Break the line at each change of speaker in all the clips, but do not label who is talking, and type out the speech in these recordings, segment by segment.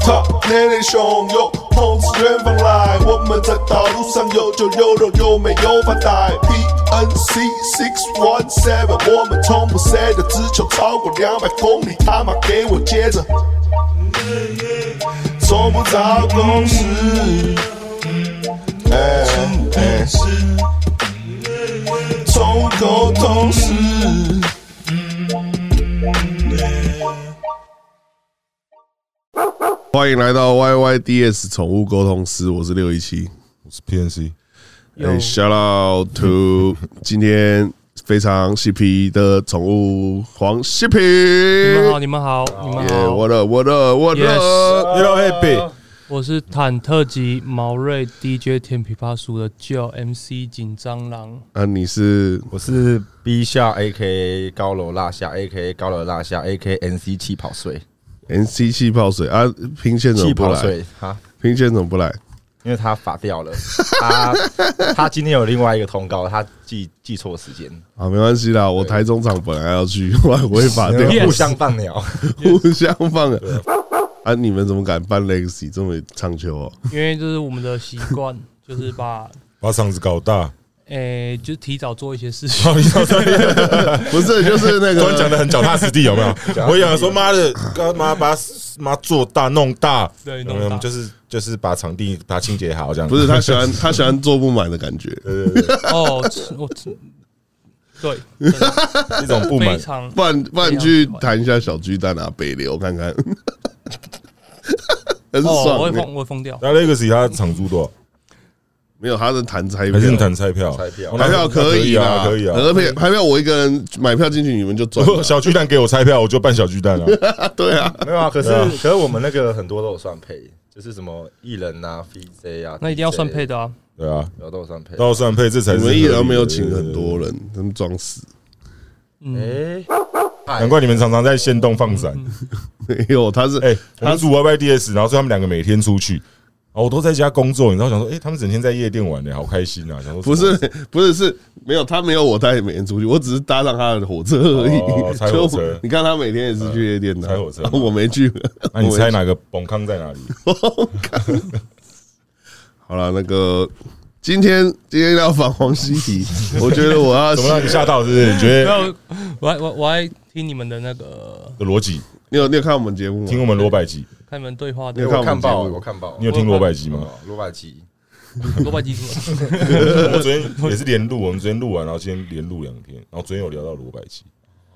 他年龄汹涌，碰自远方来。我们在道路上有酒有肉，又没有发呆。PNC six one seven，我们从不 s 的，只求超过两百公里。他妈给我接着，从不找公司。哎哎，从无沟通时。
欢迎来到 YYDS 宠物沟通师，我是六一七。
我是 PNC，
哎、s h o u t out to 今天非常嬉皮的宠物黄嬉皮。
你们好，你们好，你们
耶，
好
我，的我的我的
Yes，
y e l l o Happy，
我是忐忑级毛瑞 DJ 甜枇杷树的 Joe MC 紧蟑螂，
啊，你是
我是 B 下 A K 高楼落下 A K 高楼落下 A K N C 气跑水
NC 气泡水啊？平线怎么
气
不
跑
来？
水哈，
平线怎么不来？
因为他发掉了，他他今天有另外一个通告，他记记错时间，
啊，没关系啦，我台中场本来要去，后来我会 把掉，
互相放鸟，
互相放啊。啊，你们怎么敢办 Legacy 这么长球哦？
因为这是我们的习 惯，就是把
把嗓子搞大，
诶、就提早做一些事情。
好，你知道这里
不是，就是 那
突然
个
讲的很脚踏实地，有没有？我想说，妈的，干嘛把妈做大弄大？
对
有
弄
没
大
有？就是就是把场地把它清洁好，这样
不是他喜欢他喜欢做不满的感觉，
哦，我对，真的
一种不满
非。常
不然不然
非常
去
喜欢
谈一下小巨蛋啊，北流看看， 很
哦，我
爽、欸
会疯，我会疯掉。
那 Legacy 他场租多少？
没有，他是谈拆
还是
票，
你谈彩票？
彩票
哦那
排票可以
啊，
啦，
可以啊。
排票排票我一个人买票进去，你们就赚
如果
了。
小巨蛋给我彩票，我就办小 巨蛋啊。
啊对啊，
没有啊？可是
对啊
可是我们那个很多都有算配，就是什么艺人啊、VJ 啊，
那一定要算配
DJ 啊，
的啊！
对啊，
然后都有算配。
到算配这才是
你
合
们
理
艺
的。
人没有请很多人，他们装死，
哎，
难怪你们常常在线动放闪。
没有，嗯他是
哎、我们组 YYDS，然后所以他们两个每天出去，然后我都在家工作，你知道，想说，哎、他们整天在夜店玩呢、好开心啊！想说
不是不是是没有他没有我带每天出去，我只是搭上他的火车而
哦
已。
拆火车
就你看他每天也是去夜店的，
拆火车
啊 我没去。
那、你
我没
猜
去？
哪个崩康在哪里？
好了，那个今天今天要访黄西提，我觉得我要
怎么让你吓到？是不是？你觉
没
得
有，我还我我还听你们的那个，
的逻辑？
你有你有看我们节目吗？
听我们罗百吉，
看你们对话
你
的
有
我看
看
爆，
我们节目
我看爆，
你有听罗百吉吗？？
罗百吉，
多外机什么？
我昨天也是连录，我们昨天录完，然后今天连录两天，然后昨天有聊到罗百吉。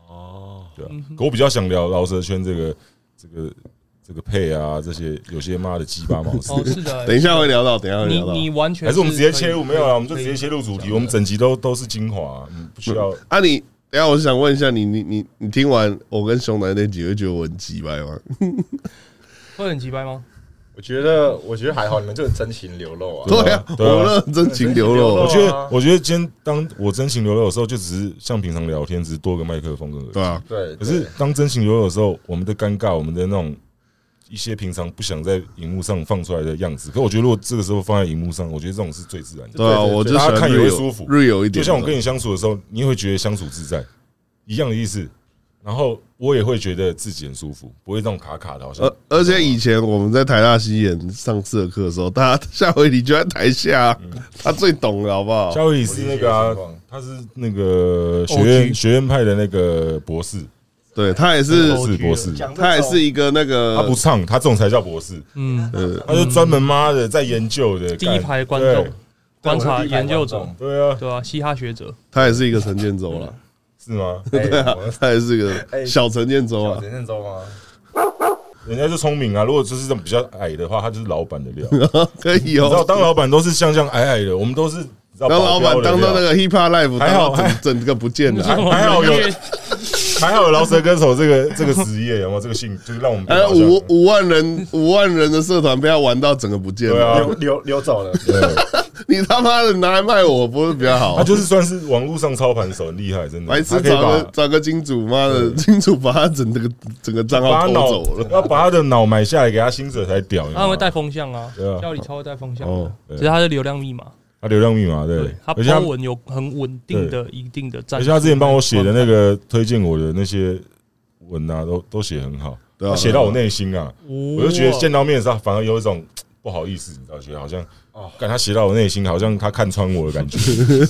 哦，对啊，可我比较想聊饶舌圈这个这个这个配啊，这些有些妈的鸡巴毛事。
哦，是的，
等一下会聊到，等一下会
你
聊到。
你完全
还是我们直接
可以
切入，没有啊啦，我们就
可
直
以
接切入主题。我们整集都都是精华、嗯不需要
啊你，等一下我是想问一下你，你你你听完我跟熊男那集，会觉得我很鸡掰吗？
会很奇掰吗？
我觉得我觉得还好，你们这个真情流露啊。
对啊，
对啊
我那真情流露
对
我
啊，
觉得，我觉得今天当我真情流露的时候，就只是像平常聊天，只是多个麦克风跟耳
对
机。
吧？
对，
可是当真情流露的时候，我们的尴尬，我们的那种一些平常不想在荧幕上放出来的样子。可我觉得，如果这个时候放在荧幕上，我觉得这种是最自然的。
对啊，
对对
我就喜
大
欢
家看也
real
会舒服
real 一点的。
就像我跟你相处的时候，你也会觉得相处自在，一样的意思。然后我也会觉得自己很舒服，不会那种卡卡的，好像
而而且以前我们在台大西演上社课的时候，大家夏威夷就在台下啊，
嗯
他最懂了，好不好？
夏威夷是那个
我
啊
理解情况，
他是那个学院
OG
学院派的那个博士，
对他也是，
是
OG
博士，
他也是一个那
他不
个，
唱，他这种才叫博士，
嗯，
他就专门妈的在研究的。
第一
干
排观众，观察研究者，
对对啊，
对啊，嘻哈学者，
他也是一个陈建州了，
嗯是 吗？哎
对啊，
他也是一个
哎
小陈建州
我
啊，
陈建州吗？
人家就聪明啊，如果就是这种比较矮的话，他就是老板的 料。你
可以
知道，
哦。
当老板都是像像矮矮的，我们都是你知道
当老板
保镖的
当
料
到那个 hip hop live，
还
当
好啊
到整 整个不见了。
还好有
音乐
还好有饶舌歌手这个 这个职业，有没有这个性，就是让我们比
哎，
较
五五万人五万人的社团被他玩到整个不见
对
了，
啊
流，流流走了，
对
你他妈的拿来卖我不是比较好啊
他？就是算是网络上操盘手，很厉害，真的。
白
他
痴
可以
找
把
个找个金主，妈的 金主把他整这个整个账号
把他
偷
脑
走了。
要把他的脑买下来，给他薪水才屌。你知道
他
吗
会带风向啊
对啊，
教理超会带风向
哦
啊，
对
只是他的流量密码，
他流量密码，对
对，他
而且他
波纹有很稳定的一定的战
而
术，
且他之前帮我写的那个推荐我的那些文啊，都都写很好。
对啊
他写到我内心啊，我
我
就觉得见到面的时候反而有一种不好意思，你知道，觉得好像，
哦
感他写到我内心，好像他看穿我的 感觉，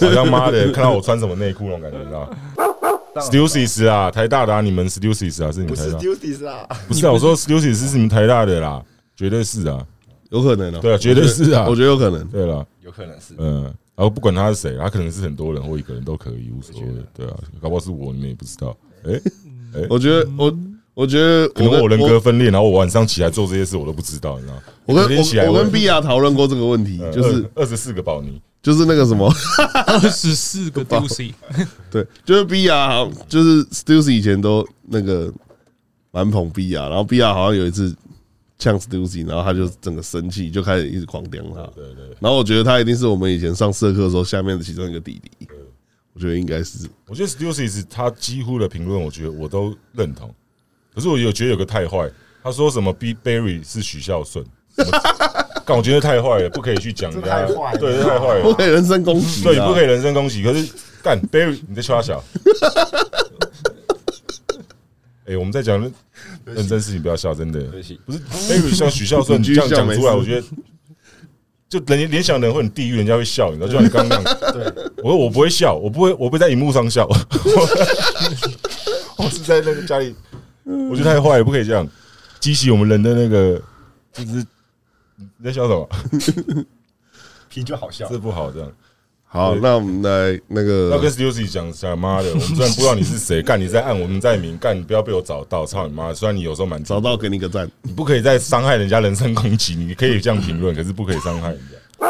好像妈的看到我穿什么内裤那种感觉，你知道。Stussy 啊，台大的啊，你们 Stussy 啊，是你们
不
台
是
大，
duties 啦，
不是啊，我说 Stussy 是你们台大的啦，绝对是啊，
有可能啊，
对啊绝对是啊
我觉得有可能。
对了，
有可能是
嗯，然后不管他是谁，他可能是很多人或一个人都可以，无所谓，对啊，搞不好是我，你们也不知道，哎，
我觉得我，我觉得
嗯可能
跟
我人格分裂，然后我晚上起来做这些事，我都不知道，你知道，
我跟
昨天起来嗯
我我
我
跟碧雅讨论过这个问题，就是
二十四个宝泥，
就是那个什么，
二十四个 Ducy，
对，就是碧雅好像，就是 Stussy 以前都那个蛮捧碧雅，然后碧雅好像有一次呛 Stussy，然后他就整个生气，就开始一直狂刁他。
对对。
然后我觉得他一定是我们以前上社课的时候下面的其中一个弟弟，我觉得应该是
我觉得 Stussy 他几乎的评论，我觉得我都认同。可是我有觉得有个太坏，他说什么 B Berry 是许孝顺，什么 干我觉得太坏了，不可以去讲人家
这太坏，了
对，这太坏
不
了，
可以人身攻击啊，
对，不可以人身攻击。可是干 Berry，你在夸小。哎，我们在讲认认真事情，不要笑，真的
不起
不是 Berry 像许 孝顺
你继
这
续
样
笑
讲
没
出来，
事
我觉得。就人家联想的人会很地狱，人家会笑，你知道，就像你刚刚那样。我说我不会笑，我不会，我不会在荧幕 上笑，我是在那个家里，我觉得太坏了，不可以这样，激起我们人的那个，就是你在笑 什么？
皮就好笑
这不好，这样。
好，
对
那我们来那
要跟
个
Stussy 讲，他妈的， 我们虽然不知道你是谁，干你在暗，我们在明，干你不要被我找到，操你妈！虽然你有时候蛮
找到给你个赞，
你不可以再伤害人家人身攻击，你可以这样 评论，可是不可以伤害人家。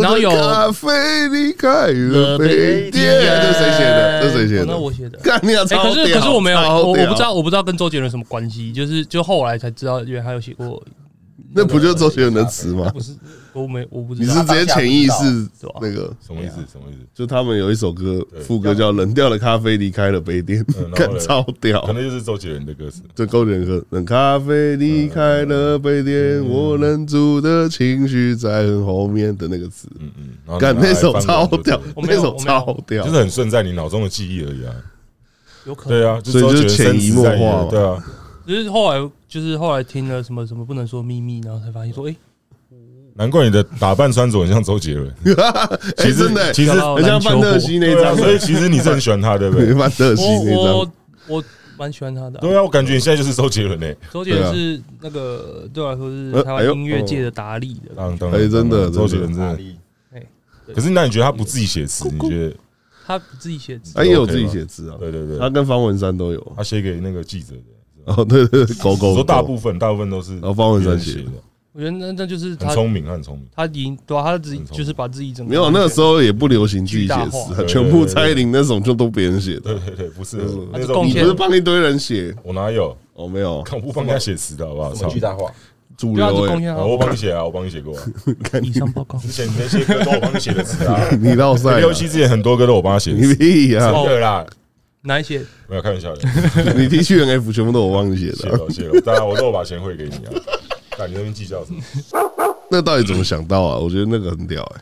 然后有
咖啡离开了北
北
店，这是谁写的？这是谁写
哦那
的？
我写的。
干你啊！
哎、
超
可是
屌
可是我没有，
超
我我
屌
不知道，我不知道跟周杰伦有什么关系，就是就后来才知道，原来他有写过，
那不就是周杰伦的词吗
不？是我没我不
你
知
是
道，啊
直接潜意识
对吧
那个，
什么意思？什么意思？
就他们有一首歌副歌叫《冷掉的咖啡离开了杯垫
嗯然后》，嘞
干超屌
可！能就是周杰伦的歌词。
这勾点歌，冷咖啡离开了杯垫，我忍住的情绪在很后面的那个词，
嗯嗯，然后
干
你拿来
那首
翻滚
超
就是
屌，
我
那
没有
首
我没有
超屌，
就是很顺在你脑中的记忆而已啊。
有可能
对啊，
所以就是
周杰伦
潜移默化嘛
对啊，
只是后来就是后来听了什么什么不能说秘密，然后才发现说，哎、
难怪你的打扮穿着很像周杰伦。
哎，
其实
真的欸，
其实
想到
很像范特西那
对啊，
张，
所以其实你是很喜欢他，对不
对
对？
范特西那
我
张
我。我蛮喜欢他的啊、
对啊，我感觉你现在就是周杰伦欸诶。
周杰伦是那个对我来说是台
啊哎
湾
呦
音乐界的达利的，
当然当
哎
然，
真的
当然周杰伦真
哪
的。
里？
可是那你觉得他不自己写词？你觉得？
他自己写词，
他也有自己写字啊，
对对
他
对，
跟方文山都有。啊
他写给那个记者的，
哦，对对，对狗狗
说
狗
大部分大部分都是
然后方文山
别人
写
写的，
我觉得那那就是他
很聪明，他很聪明。
他赢对啊，他自己
很聪明
就是把自己整个
没有，那个时候也不流行自己写
巨大
词，啊
化
全部蔡依林那种就都别人写的
对。对对，不是
嗯
他
那
是
时候
贡
你
你
不
献
是帮一堆人写？
我哪有？
哦，没有，
看我不帮人家写词的好不好？
什么巨大化？
主
对啊，
流
就贡
哎，
献
啊我
他
帮你写啊，我帮你写 过啊。
看
以
你
上 报告。
之前你那些歌都我帮你写的词啊。
你绕 赛
六
了，
七之前很多歌都我帮他写的
你
词，
屁呀！
真的啦，
哪一些？
没有开玩笑的。
你 T 恤 N F 全部都我帮你写
谢
的，
了谢了，当然我都有把钱汇给你啊。那你那边计较什么？
那到底怎么想到啊？我觉得那个很屌哎，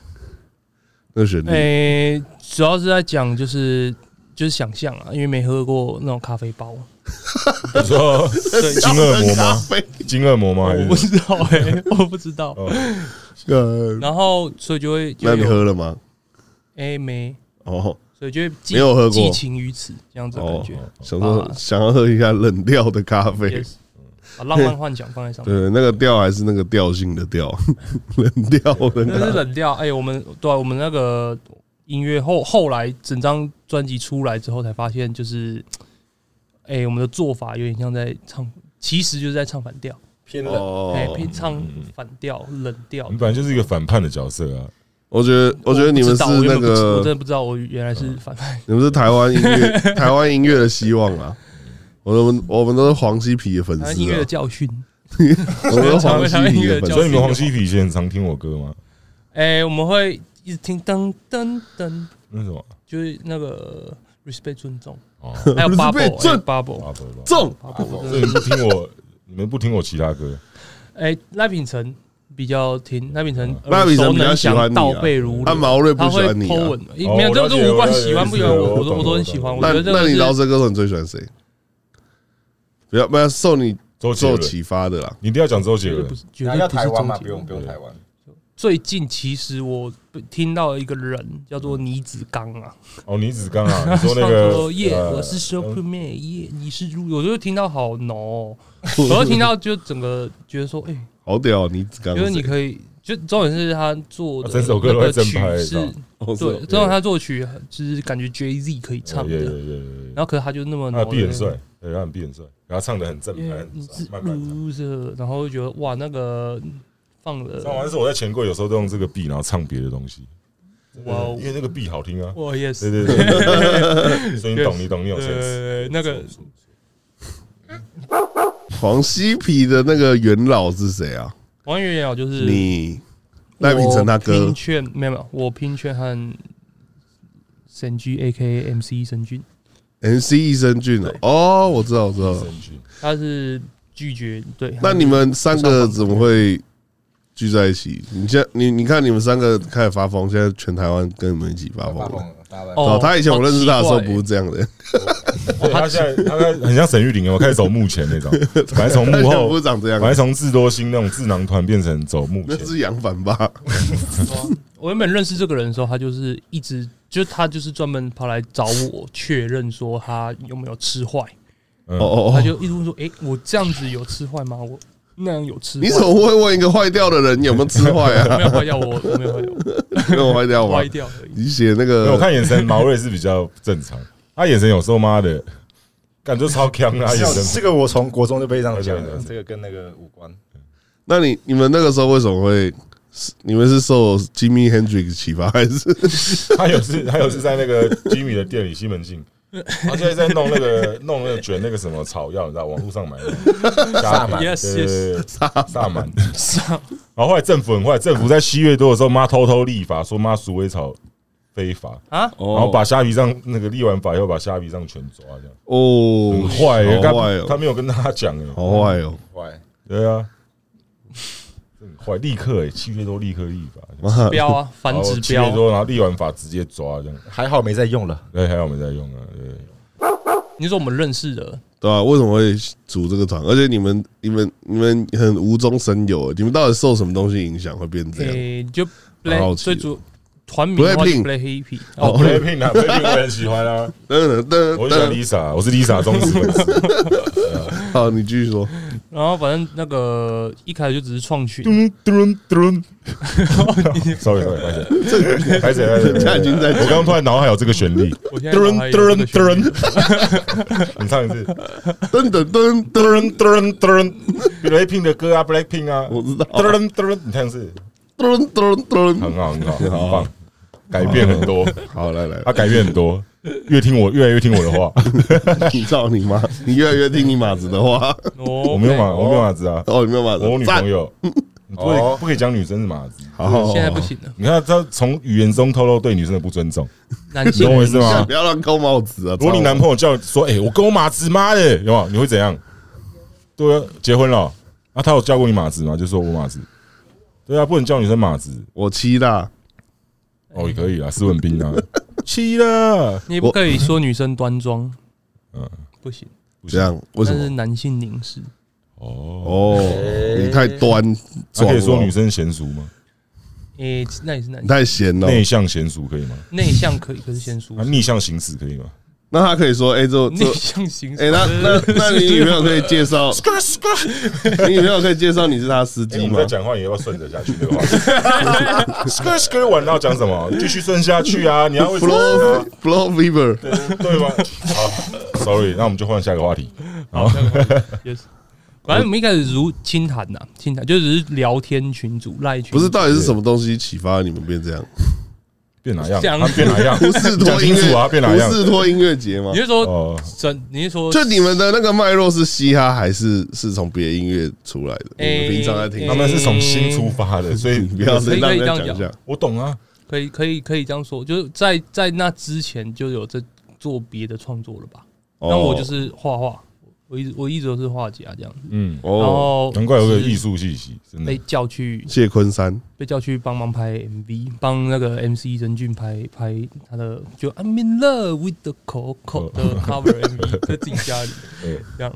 那旋律
诶、哎主要是在讲就是就是想象啊，因为没喝过那种咖啡包，
你说金恶 魔吗？
飞，
金恶魔吗？还
我
是
不知道哎、 我不知道。
呃
然后所以就会 就
哦那
会
你
有
喝了吗？
诶、没，
哦，
所以就会寄
没有喝过哦
寄情于此这样子的感觉，
想说想要喝一下冷调的咖啡
也，是把浪漫幻想放在上面。
对，那个调还是那个调性的调， 冷调的
那是
咖啡。
冷掉。哎、我们对啊、我们那个音乐后后来整张专辑出来之后，才发现就是，哎、我们的做法有点像在唱，其实就是在唱反调，
偏冷，
哦
哎、偏唱反调、冷调
你。本来就是一个反叛的角色啊！
我觉得，嗯我觉得你们是
不知道我
那
原本不知我真
个，嗯
的不知道，我原来是反派。
你们是台湾音乐，台湾音乐的希望 啊！我们我们都是黄西皮的粉丝、
反正音乐的
啊，
教训，
我们都是黄西皮的粉
教
所
丝。
以你们黄西皮以前很常听我歌吗？
哎、我们会一直听噔噔噔，
那什么
就是那个 respect 尊重，
哦，
还有
呃
哎
Respect，
bubble
尊哦
bubble
阿伯吧，
中，
bubble
所以你不听我，你们不听我其他歌，
哎、赖品成比较听赖品成，
嗯赖品成比较
能
喜欢
详
你啊
倒背如流。
啊毛瑞不
他
喜
会
欢你
偷
啊
吻，没有
哦我
这
了
这
解
无
我
关
了解
喜欢不喜欢，
我
我都
懂
我都
我
很
懂
喜欢。我
那
觉得这
那
个
你饶
是
舌歌手你最喜欢谁？不要不要受你
周杰
受
伦，
启发的啦。
你一定要讲周杰
绝对
伦
不，是，绝
你
对
要
不是
台湾
中
嘛，
介
不用不用台湾，
最近其实我听到一个人叫做倪子刚啊，
哦，倪子刚啊，你说那
他
个
说耶，
呃
我是 Superman，耶，你是猪，我就听到好浓 哦，
我
我就听到就整个觉得说，哎，
好屌，哦你只刚
觉得你可以，就重点是他做
啊
的
整首歌都在
的
正
曲
拍
是
是吧，
哦是哦
对，啊重点他作曲就是感觉 Jay Z 可以唱
哦也也
的，
也也，
然后可是他就那么
他
浓
比很帅，对，他很比很帅，然后唱的很正派，
耶
很
你是
爽慢慢唱。
loser，然后就觉得哇，那个放了
唱完是我在钱柜有时候都用这个 B，然后唱别的东西，
哇哦
因为那个 B 好听啊。
我也
对
是，
对对，所以你懂，你懂，你有
哦对
sense。
对对那个
黄西皮的那个元老是谁啊？
王源也好，就是
你赖品成他
我
哥
拼券没有没有，我拼券和神居 A K M C 神君，
NC 益生菌哦
对，
哦，我知道，我知道。
神曲
他是拒绝对。
那你们三个
上榜
怎么会聚在一起？你现在你你看你们三个开始发疯，现在全台湾跟你们一起发疯
发疯
了。
了，发疯了。
哦
哦，他以前我认识他的时候
好奇怪欸
不是这样 的，
对他现在他现在很像沈玉玲哦，开始走幕前那种，本来从幕
不
后
是，长这样
本，来从智多星那种智囊团变成走幕
那
前。
是杨凡吧？
我原本认识这个人的时候，他就是一直就他就是专门跑来找我确认说他有没有吃坏，
嗯
哦，哦
他
哦，
就一直问说：“诶，我这样子有吃坏吗？我那样有吃坏？
你怎么会问一个坏掉的人有没有吃坏
我 没有
啊？
坏掉？我我没有坏掉，
没有坏掉
我
吗？
坏掉而已。
你写那
没有我
个
看眼神，毛瑞是比较正常，他眼神有时候妈的，感觉超强啊，眼神。
这个我从国中就被这样讲
对
了
对，对
这个跟那个无关。
那你你们那个时候为什么会？是你们是受 Jimmy Hendrix 启发，还是
他有次他有次在那个吉米的店里西门庆，他现在在弄那个弄那个卷那个什么草药，你知道网络上买的萨
满
对
Yes,
对对对萨满。
上
然后后来政府很坏，政府在七月多的时候，妈偷偷立法说妈鼠尾草非法，
啊，
然
然后把虾皮上那个立完法以后把虾皮上全抓这样，
哦
很坏欸，
好坏
他他
哦，
没有跟大家讲哎，
好坏哦，
坏，
对啊，这很坏，立刻哎，七月多立刻立法，这样
妈
标啊，
然
繁
后
殖
七月
标，
多然后立完法直接抓这样，
还好没在用了。
对，还有我们在用啊，对。
你说我们认识的，
对啊，为什么会组这个团？而且你们、你们、你们很无中生有，你们到底受什么东西影响会变这样？
诶，就
蛮啊好奇的
Black 最主团名的话就
Blackpink
Black Happy
哦
哦
b l a c p i n k 啊 b l a c p i n k 我也很喜 欢啊，
噔噔
我喜欢
噔，
Lisa，我是啊 Lisa 忠实粉丝。
好，你继续说。
然后反正那个一开始就只是创群，
嘟嘟 嘟，sorry sorry，拍谁？拍谁？拍谁？
他已经在
我刚刚突然脑海有这个旋律，
我现在
嘟
脑海有这个旋律
嘟， 你唱一次，
噔噔噔
嘟
噔，
嘟嘟，Blackpink 的歌啊，Blackpink 啊，
我知道
嘟嘟，你唱一次，
噔噔
很
噔。
好很好，很棒，改变很多，
好，来来
他，改变很多，越听我越来越听我的话，
你照你妈，你越来越听你马子的话。
我
我没有马，我没有马子啊，
哦，你没有马子
我有，女
赞
朋。友，嗯你不
哦
会不可以讲女生是马子。
好好，好
现在不，行了，
你看他从语言中透露对女生的不尊重，
男
你
性
懂我意思
好
吗
不？要乱扣帽子啊！
如果你
操
男朋友叫你说：“哎、我跟我马子妈的，有没有？”你会怎样？对啊，结婚了，啊，他有叫过你马子吗？就说我马子。对啊，不能叫女生马子
我七大，
哦，也可以啊，斯文斌啊，气了，
你也不可以说女生端庄，
嗯
嗯，不行，
这样为什
但是
么？
男性凝视，
哦，
哦，
哎
你太端
他
庄了，
可以说女生娴熟吗？
诶，那也是男
你
性
太闲了。
内向娴熟可以吗？
内向可以，可是先输
啊，逆向行事可以吗？
那他可以说，哎，这这
内，向型，
哎，那那那你女朋友可以介绍，你女朋友可以介绍你是她司
哎我
机
们
吗
在？讲话也要顺着下去这个 话题。skr skr 完了要讲什么？继续顺下 去啊！你要为什么
Blow Blow Fever，
对吗？好，sorry，那我们就换下一个话题。
yes 反正我们一开始如清谈呐，清谈就只是聊天群组赖群组，
不是到底是什么东西启发你们变 这样？
变哪样？
这样
他变哪 样？
不是
讲
托音
清楚啊，变
乐，
哪样
不？是托音乐节吗
你？是说
哦，
整？你是说
就你们的那个脉络是嘻哈，还是是从别的音乐出来的？你们平常在听他
他
哎
们，
们是从心出发 的，所以
不要再
可
让
以可以
人家
这样
讲一下。
我懂啊。
可以可以可以这样说，就是在在那之前就有在做别的创作了吧？
哦
那我就是画画，我一直我一直都是画家这样子，
嗯，
然
哦，
后
难怪有个艺术气息，真
被
哎
的。
叫去
谢坤山
被叫去帮忙拍 MV，帮那个 MC 任俊拍拍他的就 I'm in love with the Coco 的 cover MV，在自己家里
对
这样。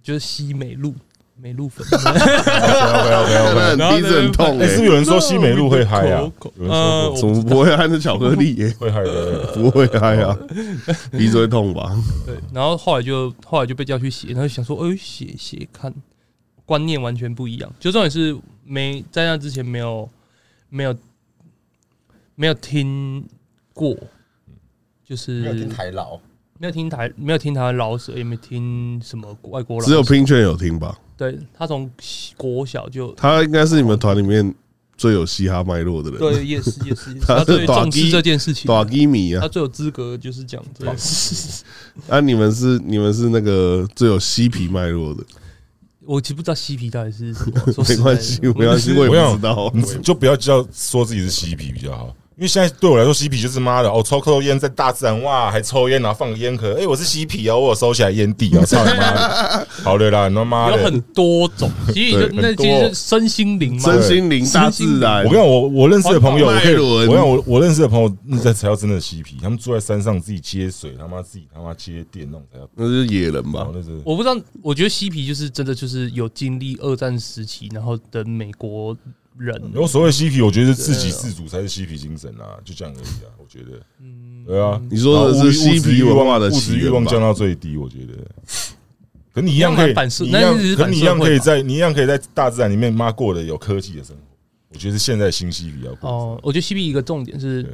就是西美露美露粉，
OK，OK，OK，OK
那
然后
鼻子很痛
哎，是不是
哎，
有人说西美露会嗨啊？有人说
呃
过
怎么不会按着巧克力 耶？
会嗨的，
哎不会嗨啊，鼻子会痛吧？
对，然后后来就后来就被叫去写，然后就想说，哎、写写看，观念完全不一样。就重点是没在那之前没有没有没有听过，就是
没有听台老，
没有听台没有听台湾老舍，也没听什么外国老舍，
只有拼券有听吧？
对他从国小就
他应该是你们团里面最有嘻哈脉络的人，
对也是也是，也是
他
他
是
最
短
重视
笛
这件事情，
短基米啊
他。最有资格就是讲这件事。
啊，你们是你们是那个最有嬉皮脉络的，
我其实不知道嬉皮到底是什 么，说
没
实在的
关系，没关系，我也
我
不
想
知道。
你就不要叫说自己是嬉皮比较好，因为现在对我来说嬉皮就是妈的哦，抽抽烟在大自然哇，还抽烟然后放烟壳，哎，我是嬉皮啊，我有收起来烟 蒂啊，操你妈的！好了啦，你他妈
有
的
很！多种， 其实
对
就那
很多
其实就是身心灵嘛，
身心灵、大自然
我，跟你讲我我认识的朋友，
环
我
保
可以，
脉轮
我跟你讲我我认识的朋友，那才才叫真的嬉皮。他们住在山上，自己接水，他妈自己他妈接电那种才叫。
那是野人吧
然后？那是
我不知道，我觉得嬉皮就是真的就是有经历二战时期，然后的美国人，
有所谓嬉皮，我觉得是自给
啊
自足才是嬉皮精神啊，就这样而已啊，我觉得。
嗯
对啊，
你说的
然后物
是嬉
物质
皮
欲
文化
望
的
物
起
质欲
源
望
吧？
降到最低，我觉得。可你一样可
那蛮
以
反，射
你一
那是
样，可
反
你一
社
样
会
可以
吧
在，你一样可以在大自然里面妈过的有科技的生活。我觉得是现在新嬉皮要过
哦
的，
我觉得嬉皮一个重点是
对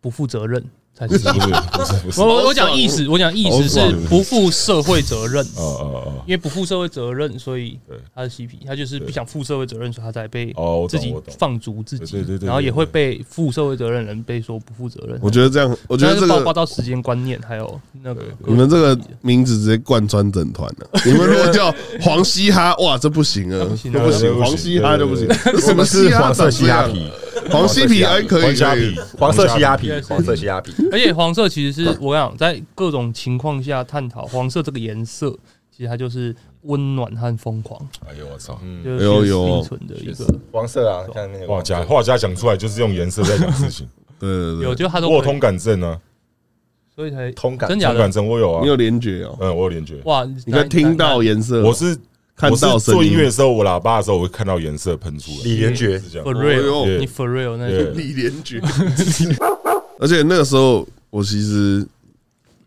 不负责任才
生
是。
活，不是不是不是不是
我
哦
我我讲意思，我讲意思
好
是
爽
不负社会责 任，
哦哦
因为不负社会责任，所以
对
他是嬉皮，他就是不想负社会责任，所以他才被
哦，我
自
懂
己
我懂。
放逐自己
对对对，对
然后也
对
会被负社会责任人被说不负责任。
我觉得这样，我觉
但
得
是
这
包
个嗯
括到时间观念，还有那个
你们这个名字直接贯穿整团 了。你们如果叫黄嘻哈，哇，这不行啊，
那不行啊
这不
对
行，
对
黄嘻哈就不行
对。
什么
是黄色
嘻
嘻
哈
哈
长这样？
皮，
黄西皮哎，可
黄
以，
虾
可
皮
以，，
黄色嘻哈皮
对，
黄色嘻哈皮，
而且黄色其实是我想在各种情况下探讨黄色这个颜色，其实它就是温暖和疯狂，
哎呦我操！
就
哎呦
是
呦
并存的一个。
黄色啊，像那个
画家画家讲出来就是用颜色在讲事 情，
对对对，
有就它都
我有
可以
通感症啊，
所以才
通感
真假
通
的
感症我有啊
你，有联觉哦，
嗯，我有联觉。
哇！
你可以听到
哪
颜色，
我是
看到
我是
声
做音
音
乐的时候，我喇叭的时候，我会看到颜色喷出来。
李连觉
是这样
哪哪，for
哎
real，
呦
你 for real 那
对
些
李连觉。 而且那个时候我其实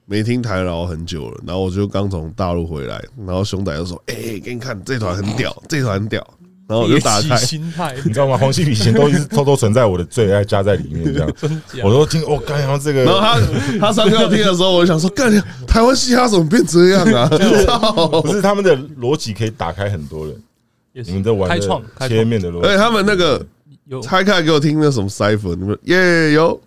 没听台饶很久了，然后我就刚从大陆回来，然后熊仔就说：“哎、给你看这团很屌，这团很屌。”然后我就打
猎
开，
奇心态，
你知道吗？黄西皮以前都一直偷偷存在我的最爱加在里面，这 样。
假
我都哦听，我刚刚这个，
然后他他上课听的时候，我就想说：“干，台湾嘻哈怎么变这样 啊？”操！
不是他们的逻辑可以打开很多人，
也
你
是
们在玩的
开创开
切
创
面的逻辑。
而哎且他们那个
有
拆开来给我听那什么 cipher，你们耶有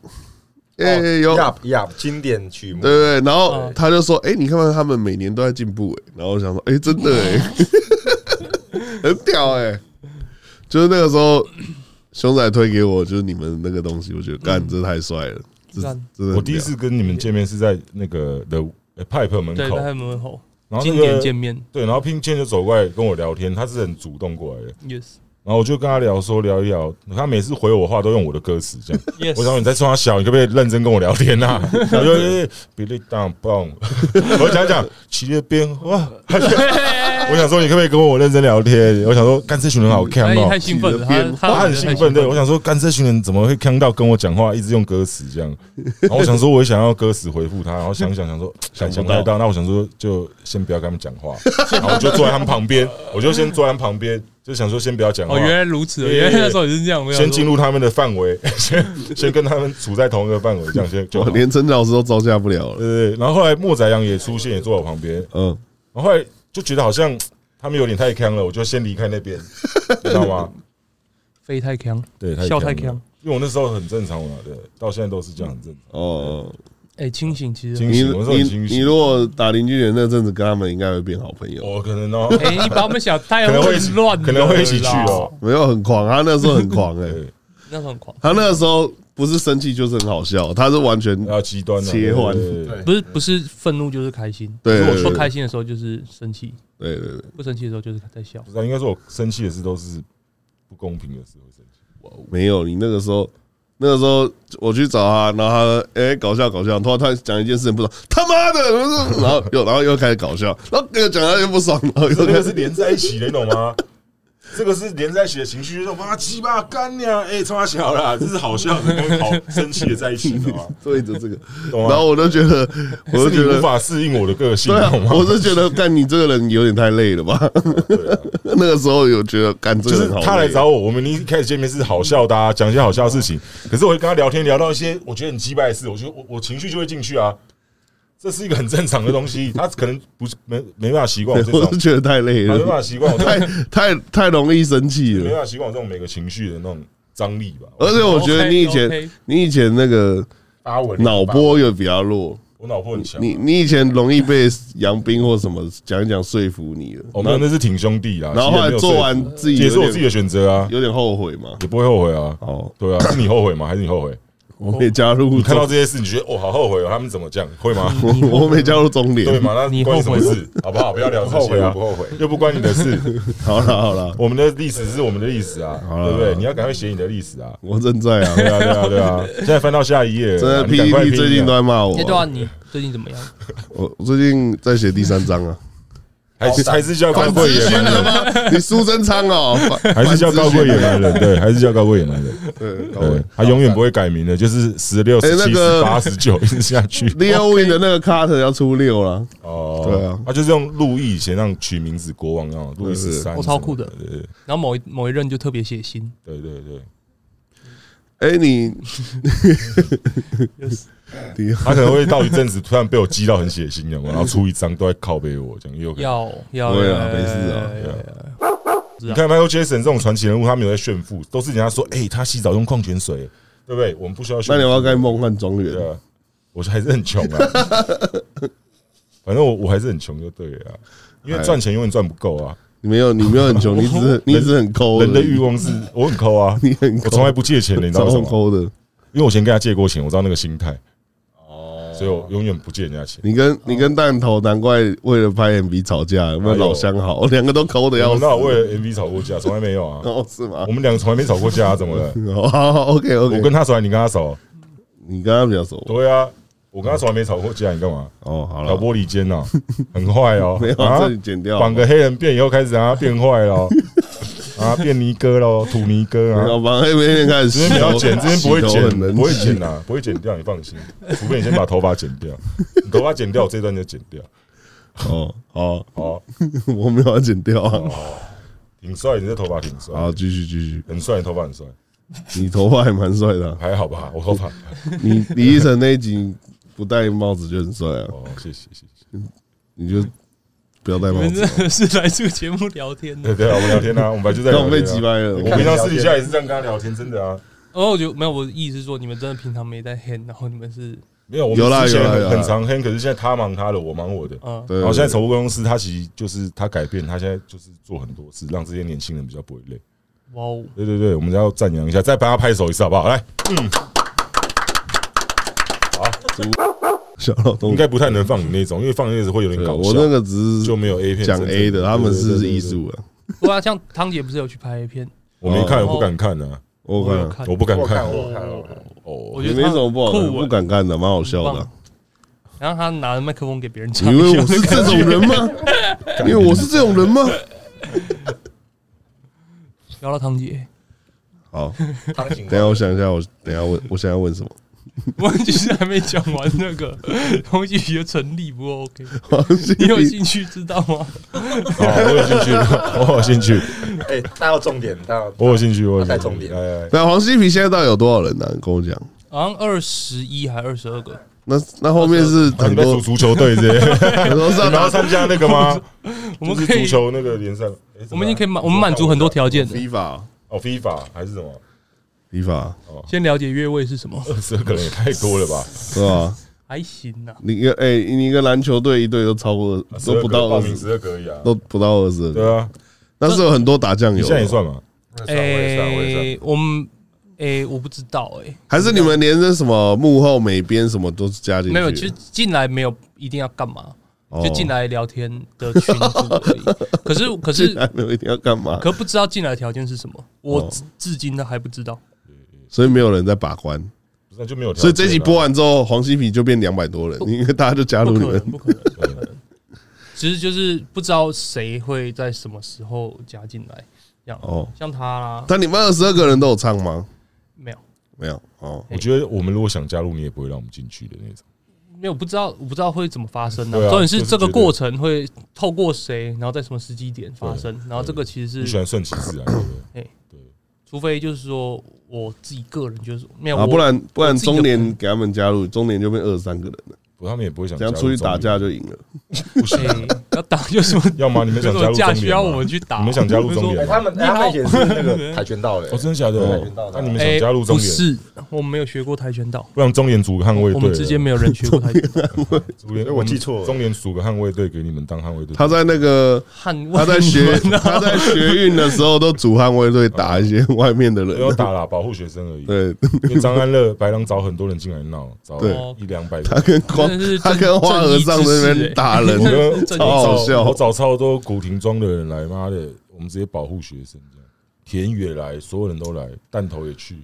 耶
哦
有。
，Yup Yup，经典曲目
对，对对，然后
嗯
他就说：“哎、你看看他们每年都在进步、哎。”然后我想说：“哎、真的哎、很屌哎、就是那个时候，熊仔推给我就是你们那个东西，我觉得干，这太帅了，这
干
真的。
我第一，次跟你们见面是在那个的 Pipe 门
对
口
在，他们门口
然后
经
那
典
个
见面
对，然后拼剑就走过来跟我聊天，他是很主动过来的，
，yes
然后我就跟他聊说聊一聊，他每次回我话都用我的歌词这样。 我想
yes，
说你在冲他小，你可不可以认真跟我聊 天呐、啊？然后就比利当棒， 我讲讲骑的变哇，我想说你可不可以跟我认真聊天？我想说干这群人好看
哎
哦
太，兴奋了，
边
他
他很
太
兴奋，对我想说干这群人怎么会看到跟我讲话，一直用歌词这样？然后我想说我也想要歌词回复他，然后想一想想说想想不太到，那我想说就先不要跟他们讲话，然后我就坐在他们旁边，我就先坐在他们旁边，就想说先不要讲话
哦，，原来如此，
对
原来那时候也是这样，我想
先
说
进入他们的范围，先先跟他们处在同一个范围，这样先就
我
好。
连陈老师都招架不了了。
对对对，然后后来莫仔阳也出现，也坐我旁边，
嗯，
然后后来就觉得好像他们有点太坑了，我就先离开那 边，你知道吗？
飞太强，
对，
笑太
呛
强
了，，因为我那时候很正常嘛，对，到现在都是这样很正常。
哦，
哎，清醒其实，
清
你
醒，我那时候很
你
清
你
醒
如，果打邻居人那阵子，跟他们应该会变好朋友。
我可能哦，
哎，你把我们想太
可能会一起
混乱了啦，
可能会一起去哦。
没有很狂，他那时候很狂哎、
对，
那时候很狂，
他那个时候不是生气就是很好笑，他是完全
要极端啊
切换
对对对
对
不是不是愤怒就是开心，
对
如果
对
说
对
开心的时候就是生气，
对对对，
不生气的时候就是在笑
不。知道应该说我生气的事都是不公平的事会生气。
没有，你那个时候那个时候我去找他，然后他哎、搞笑搞笑，突然他讲一件事情不爽，他妈的，然后又然后又开始搞笑，然后又讲他又不爽，然后
这
又
个
开
是
始
连在一起的，你懂 吗？这个是连在一起的情绪，就是妈鸡巴干娘，哎，他小啦，这是好笑的跟好生气的在一起，你懂吗？
对着这个，
懂吗？
然后我就觉得，我就是觉
你无
得。
法适应我的个性，
对
你
啊
懂，吗？
我是觉得干你这个人有点太累了吧？
对啊
那个时候有觉得干这
就
个
是
人好累啊
他来找我，我们一开始见面是好笑的、啊，讲一些好笑的事情。可是我跟他聊天，聊到一些我觉得很鸡掰的事，我觉得我我情绪就会进去啊，这是一个很正常的东西。他可能不是没没办法习惯我这
我
种
是，觉得太累
他没
了
办，法习惯我这
太
种，
太太容易生气
没
了。
啊办法习惯我这种每个情绪的那种张力吧。
而且我觉得你以前
OK，OK
你以前那个
发文
脑，波又比较弱，
我脑波很强。
你你以前容易被杨斌或什么讲一讲说服你了，
我
然
们
后
那是挺兄弟啦，
然后后
哦其实也没
来
有
做
说
完自己
也是我
有
自己
点
的选择啊，
有点后悔嘛。
也不会后悔啊。
哦，
对啊，是你后悔吗？还是你后悔？
我没加入
你看到
中，
这些事，你觉得哦，好后悔哦，他们怎么这样？会吗？
我我没加入中
对
联。
嘛？那
你
关你什么
后悔
事？好不好？不要聊这
后
些
悔
啊
不，后悔？
又不关你的事。
好了好了，
我们的历史是我们的历史啊，
了
对
好
不对？
了
你要赶快写你的历史啊！
我正在 啊，
对啊，对啊，对啊！现在翻到下一页了啊，
真的
你赶快拼
PPT
啊
E 最近都在骂我
那段
啊，
哎你最近怎么样？
我我最近在写第三章 啊。
还是还是叫高
反
贵
咨
野
询
蛮
了
人，
吗？你苏贞昌哦，反
还是叫高贵野？
反
蛮人，对，还是叫高贵野蛮人，
咨询对，
对，他永远不会改名的，就是十六、
哎
十
那
七、
个
十八、十九 一直下去。
Leo Win 的那个 Carter 要出六了，
哦，
对啊
他就是用路易以前那样取名字，国王那种路易十三，
我超酷的
对对
然后某一某一任就特别血腥，
对对对，
哎，你
就是
你
他可能会到一阵子突然被我激到很血腥，有没有然后出一张都在靠背我，这样也有可能。
要要
不会
要
啊没事啊
要
对啊
要
你看 Michael Jackson 这种传奇人物，他没有在炫富，都是人家说，哎，他洗澡用矿泉水，对不对？我们不需要炫富。
那你要不要盖梦幻庄园？
对啊，我还是很穷啊。反正我我还是很穷就对了啊、因为赚钱永远赚不够啊。
你没有，你没有很穷，你只是你只是很抠而已，
人的欲望是，我很抠啊，
哎你很抠
我从来不借钱的，你知道
超
为什么吗？
抠的。
因为我以前跟他借过钱，我知道那个心态，哦，所以我永远不借人家钱。
你跟你跟弹头，难怪为了拍 MV 吵架，有没有
哦哎呦
老相好？ 两个都抠的要
我
死
那，我为了 MV 吵过架，从来没有啊。
哦是吗
我？们两个从来没吵过架、啊，怎么了？
哦好好，OK
我
OK，
跟他吵，你跟他吵，
你跟他比较熟
对啊，我跟他从来没吵过架，你干嘛？
哦，好
搞
了，
玻璃间呐、很坏 哦、
没有
啊
这里剪掉，
绑个黑人辫以后开始啊变坏 了哦，啊变尼哥喽，土尼哥
没
啊
有，绑黑边边开始
这
洗
边不要
头，
剪，这边不
洗
会
头很
剪，
能
不会
洗
剪啊，不会剪掉，你放心，除非你先把头发剪掉，你头发剪掉，我这段就剪掉，
哦哦，
哦，
我没有要剪掉啊。
挺帅，你这头发挺
好，
帅，
继续继续，
很帅，你头发很帅，
你头发还蛮帅 的啊、
还好吧？我头发，
你李依晨那一集不戴帽子就很帅啊，
哦，谢谢谢谢，
你就不要戴
我
帽
们
子。
真的是来这个节目聊天的
对。对啊，我们聊天啊，我们本来就在
那
聊
我
天啊
被击，败了，
我
我
平常私底下也是这样跟他聊天，真的啊，
哦，我觉得没有，我的意思是说，你们真的平常没在 hand，然后你们是
没有，我
有啦
们之前
有啦有
很
啦
很常黑，可是现在他忙他的，我忙我的，
嗯，
对
然后现在
从
宠物公司，他其实就是他改变，他现在就是做很多事，让这些年轻人比较不会累。
哇哦，
对对对，我们要赞扬一下，再帮他拍手一次好不好？来，
小老
应
东，
该不太能放你那种，因为放你那种会有
嗯
点
对
搞笑。
我那个只
就是没有 A 片
讲 A 的，他们是艺，术啊，
对啊，像汤姐不是有去拍片，
对对对对对对我没看，我不敢看啊，
我
我有
看
看，
我不敢
我
看
看， 我看我看，
哦
我。
你
觉
没
得
什
他
么不好看，
酷欸
不敢干的，蛮好哎笑的啊。
然后他拿着麦克风给别人
你
唱，
以为我是这种人吗？ 因为我是这种人吗？
聊到汤姐，
好，
汤景
等一下我想一下，我等一下问，我想要问什么？
我其实还没讲完那个 东西就成立不 OK，你
你
有兴趣知道吗？
好，哦我有兴趣， 我有兴趣，
哎，带到重点，带到
我有兴趣，哎我有
带
兴
重
趣。
点
来来来
那黄西皮现在到底有多少人呢？啊你跟我讲。
好像二十一还二十二个，
那那后面是
啊你
很
们在
多
组，足球队是不是？
很多是要
你们
打
要参加那 个吗？
我们
就是
可以
足，球那个联赛，诶
我们已经可以满，我们满足很多条件 的。
FIFA
哦，FIFA 还是什么？
FIFA
先了解越位是什么，
二十个人也太多了吧？
是吧？
还行啊呐。
你一个哎、你一个篮球队一队都超过 都不到
报
二
名
十，
十二个而已啊。
都不到二十，
对啊，
但是有很多打酱
你
油
现在也算嘛？
我也啊算，我也算，
诶，我们诶，我不知道诶，
还是你们连那什么幕后美编什么都是加进去？
没有，其实进来没有一定要干嘛，
哦
就进来聊天的群组而已。可是可是
还没有一定要干嘛？
可不知道进来条件是什么，我
哦
至至今都还不知道。
所以没有人在把关。
不是就没有条件啊。
所以这集播完之后，黄西皮就变两百多人，因为大家就加入你
不可能，
们。
不可能，不可
对
能。
嗯
只是就是不知道谁会在什么时候加进来，这样。
哦
像他啦，
但你们二十二个人都有唱吗？
没有，
没有哦，
我觉得我们如果想加入，你也不会让我们进去的那种。
没有，不知道，我不知道会怎么发生呢、
对啊
重点
就是是
这个
觉得
过程会透过谁，然后在什么时机点发生，然后这个其实
你喜
是，
欢顺其自然，啊对不对？
除非就是说我自己个人就是没有，
啊，
哎我
不然不然
我自己有
中年给他们加入，中年就变二十三个人了，
不，他们也不会想
哦
这
加入
样出去打架
中
就赢了。
联，不行。
哎要打就什么，
要 吗？你们
有什
想加
么架
入中啊
需
联
要
吗？
我们去打？
你们想加入
就是说
中
哎，
联吗
他们
你好
他们以前是那个跆拳道的
哦，，真的假的
跆拳道？的
那你们
哎
想加入中
不
联？
是，我们没有学过跆拳道，
不然中联组个捍卫队。
我们之间没有人学过跆拳道。
中联，
哎我记错了
中联组个捍卫队给你们当捍 卫队。
他在那个
汉
他在 学
啊
他在学运的时候，都组捍卫队打一些外面的
不要
哦
人。
打啦，保护学生而已。
对
因为张安乐、白狼找很多人进来闹，找
对
哦
一两百
他
个。
跟光
真的是
他
正
跟花和尚在那边
欸
打人
正义
我，
之士
跟
真
的好
我
笑
找我找超多古亭庄的人来，妈的，我们直接保护学生这样。田野来，所有人都来，弹头也去。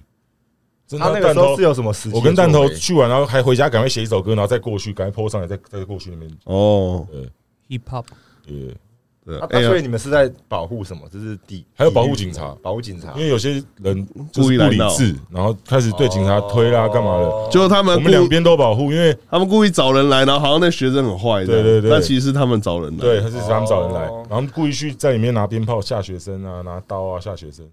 真的
他那个
弹
时
头
候是有哎什么时机？
我跟弹头去完，然后还回家赶快写一首歌，然后再过去，赶快 p 上来，再再过去那边。呃
哦，
hip hop，
也
对
啊，，
哎
啊
呀
所以你们是在保护什么？这是第
还有保护警察
第一名保护警察
因，为有些人就
故
是
意
不
来
理
闹
智，然后开始对警察推啦，干嘛的。
哦
就是他们
我
故
们两边都保护，因为
他们故意找人来，然后好像那学生很坏这样，
对对对
但其实是他们找人来，
对，他是他们找人来，
哦
然后故意去在里面拿鞭炮吓学生啊，拿刀啊吓学生。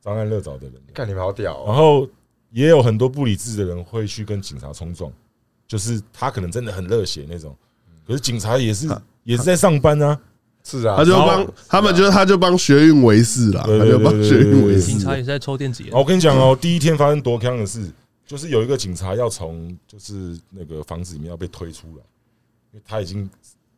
张安乐找的人，
看你们好屌哦
然！后也有很多不理智的人会去跟警察冲撞，就是他可能真的很热血那种，可是警察也是也是在上班啊，
是啊，
他就
然
帮
后
他们就是他就帮学运维士啦，
对
他
对
就帮
对对
学运维
警
士，
察也是在抽电子烟
啊，我跟你讲哦，第一天发生多坑的事，就是有一个警察要从就是那个房子里面要被推出来，因为他已经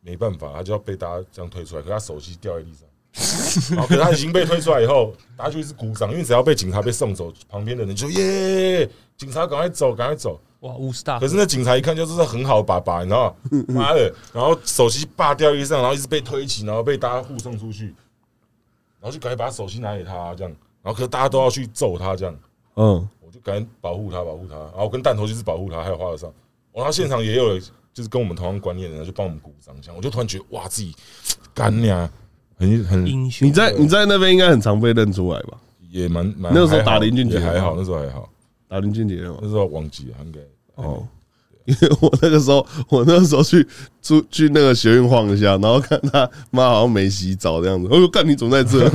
没办法，他就要被大家这样推出来，可他手机掉在地上，然后可是他已经被推出来以后，大家就一直鼓掌，因为只要被警察被送走，旁边的人就耶，警察赶快走，赶快走。
哇，五十大
可，是那警察一看就是很好的爸爸，你知道 吗？妈的，然后手机拔掉地上，然后一直被推起，然后被大家护送出去，然后就赶紧把手机拿给他这样，然后可是大家都要去揍他这样。
嗯，
我就赶紧保护他，保护他。然后我跟弹头就是保护他，还有花和尚。我然后哦现场也有人就是跟我们同样观念的人，就帮我们鼓掌，这样我就突然觉得哇，自己干呀，很很
英雄，
你在你在那边应该很常被认出来吧？
也蛮蛮
那时候
还好
打林俊杰
也还好，那时候还好，
打林俊杰嘛
那，时候忘记了应该
哦。因为 我那个时候，我那个时候去出去那个学院晃一下，然后看他妈好像没洗澡这样子，我说干你怎么在 这？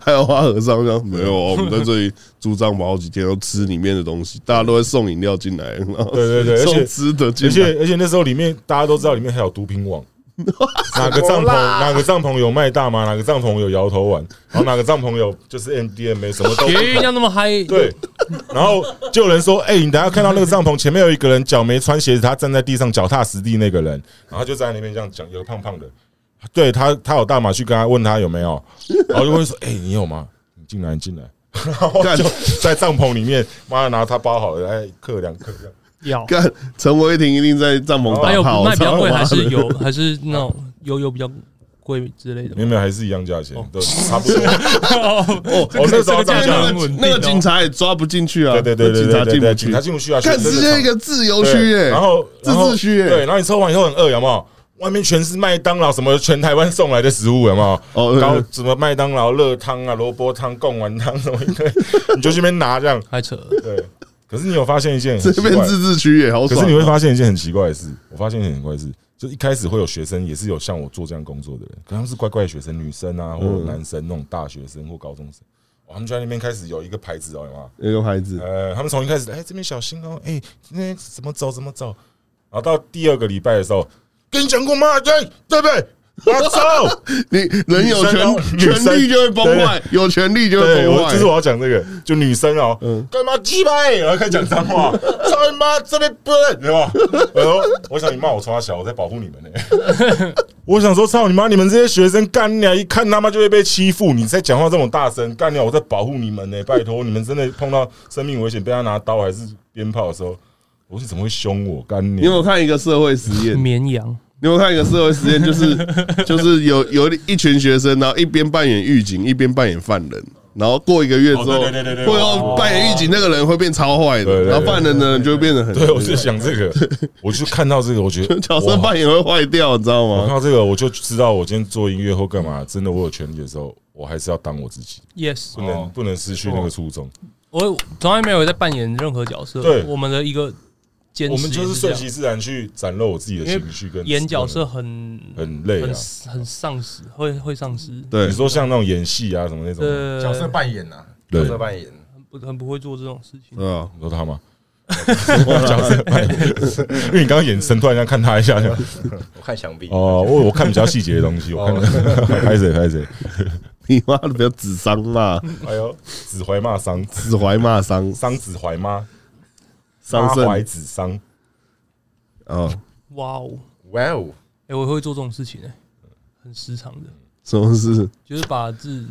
还有花和尚这样没有啊，我们在这里住帐篷好几天，都吃里面的东西，大家都会送饮料进来，然后
对对对而且
送吃的进
而且
来，
而且那时候里面大家都知道里面还有毒 品网，哪个
什
帐
么
篷
啦
哪个帐篷有卖大麻，哪个帐篷有摇头丸，然后哪个帐篷有就是 MDMA 什么都不
学运要那么嗨，
对，然后就有人说：“哎、你等下看到那个帐篷前面有一个人脚没穿鞋子，他站在地上脚踏实地那个人，然后他就在那边这样讲，有个胖胖的，对他他有大麻去跟他问他有没有，然后就会说：哎、你有吗？你进来，你进来。” 然后
干
就在帐篷里面，妈的拿他包好了，哎，克两克这样，
要。
干陈伟霆一定在帐篷
还
打
有
炮，
卖比较贵，
操他妈
还
的
是有还是那种油油比较贵之类的
没有没有，还是一样价钱，都差不多。
哦，
我那时候
这
涨价
个
那
很
个
稳定哦
那个警察也抓不进去啊，
对对对对
警察
对对
进不
对，警察
去，
进不去啊，
看
学生
直
的
接
场
一个自由
对
区耶，
然后
自
然后
治区耶
对，然后你抽完以后很饿，有没有？外面全是麦当劳，什么全台湾送来的食物，有没有？
哦对
然后
对
什么麦当劳热汤啊、萝卜汤、贡丸汤什么一堆，你就去那边拿这样。
还扯，
对，可是你有发现一件很
这
奇怪
边自治区耶，好
可
爽
是
啊。
你会发现一件很奇怪的事，我发现一件很奇怪的事，就一开始会有学生，也是有像我做这样工作的人，可他们是乖乖的学生，女生啊，或
嗯
者男生那种大学生或高中生，哇他们就在那边开始有一个牌子哦，有没
有
有？
一个牌子，
呃，他们从一开始，哎，这边小心哦，哎，今天怎么走怎么走，然后到第二个礼拜的时候，跟你讲过吗？对对不对？我操！
你人有
女生哦
权
女生
权利就会崩坏，有权利就会
对，
崩
我就是
坏。嗯
我要讲这个，就女生哦，干嘛鸡巴欸，然后开始讲脏话， 操你妈，这边不对，对吧？然后我想你骂我从小，我在保护你们呢、 我想说，操你妈！你们这些学生干你啊！一看他妈就会被欺负，你在讲话这么大声，干你啊！我在保护你们呢、拜托，你们真的碰到生命危险，被他拿刀还是鞭炮的时候，我是怎么会凶我干你啊？
你有没有看一个社会实验？你
绵羊
有没有看一个社会实 验？就是就是有有一群学生，然后一边扮演狱警，一边扮演犯人，然后过一个月之
哦
后，
对对对对对
会有扮演狱警那个人会变超坏
对对
的，
对
然后犯人的人就会变得很
对，我就想这个，我就看到这个，我觉得
角色
哇
扮演会坏掉，你知道
我
吗？
看到这个，我就知道我今天做音乐或干嘛，真的我有权利的时候，我还是要当我自己，
Yes，
不能不能失去那个初衷。
我从来没有在扮演任何角色。
对
我们的一个坚持
我们就
也这
是顺
样
其自然去展露我自己的
因为
情绪跟嗯
演角色很
很累啊
很。很丧失，会会丧失。
对啊
你，说像那种演戏啊什么那种，
对，
角色扮演呐，
对
角色扮演，
不很不会做这种事情。
对啊，
你说他吗？ 角色扮演，因为你刚刚眼神突然间看他一下，这样
我看墙壁，
哦，我我看比较细节的东西，我看
哦
的 拍谁拍谁，
你妈的不要指桑骂，
哎呦，子怀骂伤
指怀骂伤
伤子怀吗？
伤
杀怀
肾
子伤，
哦，
哇哦，
哇哦，
哎，我会做这种事情哎，很时常的，
什么事？
就是把字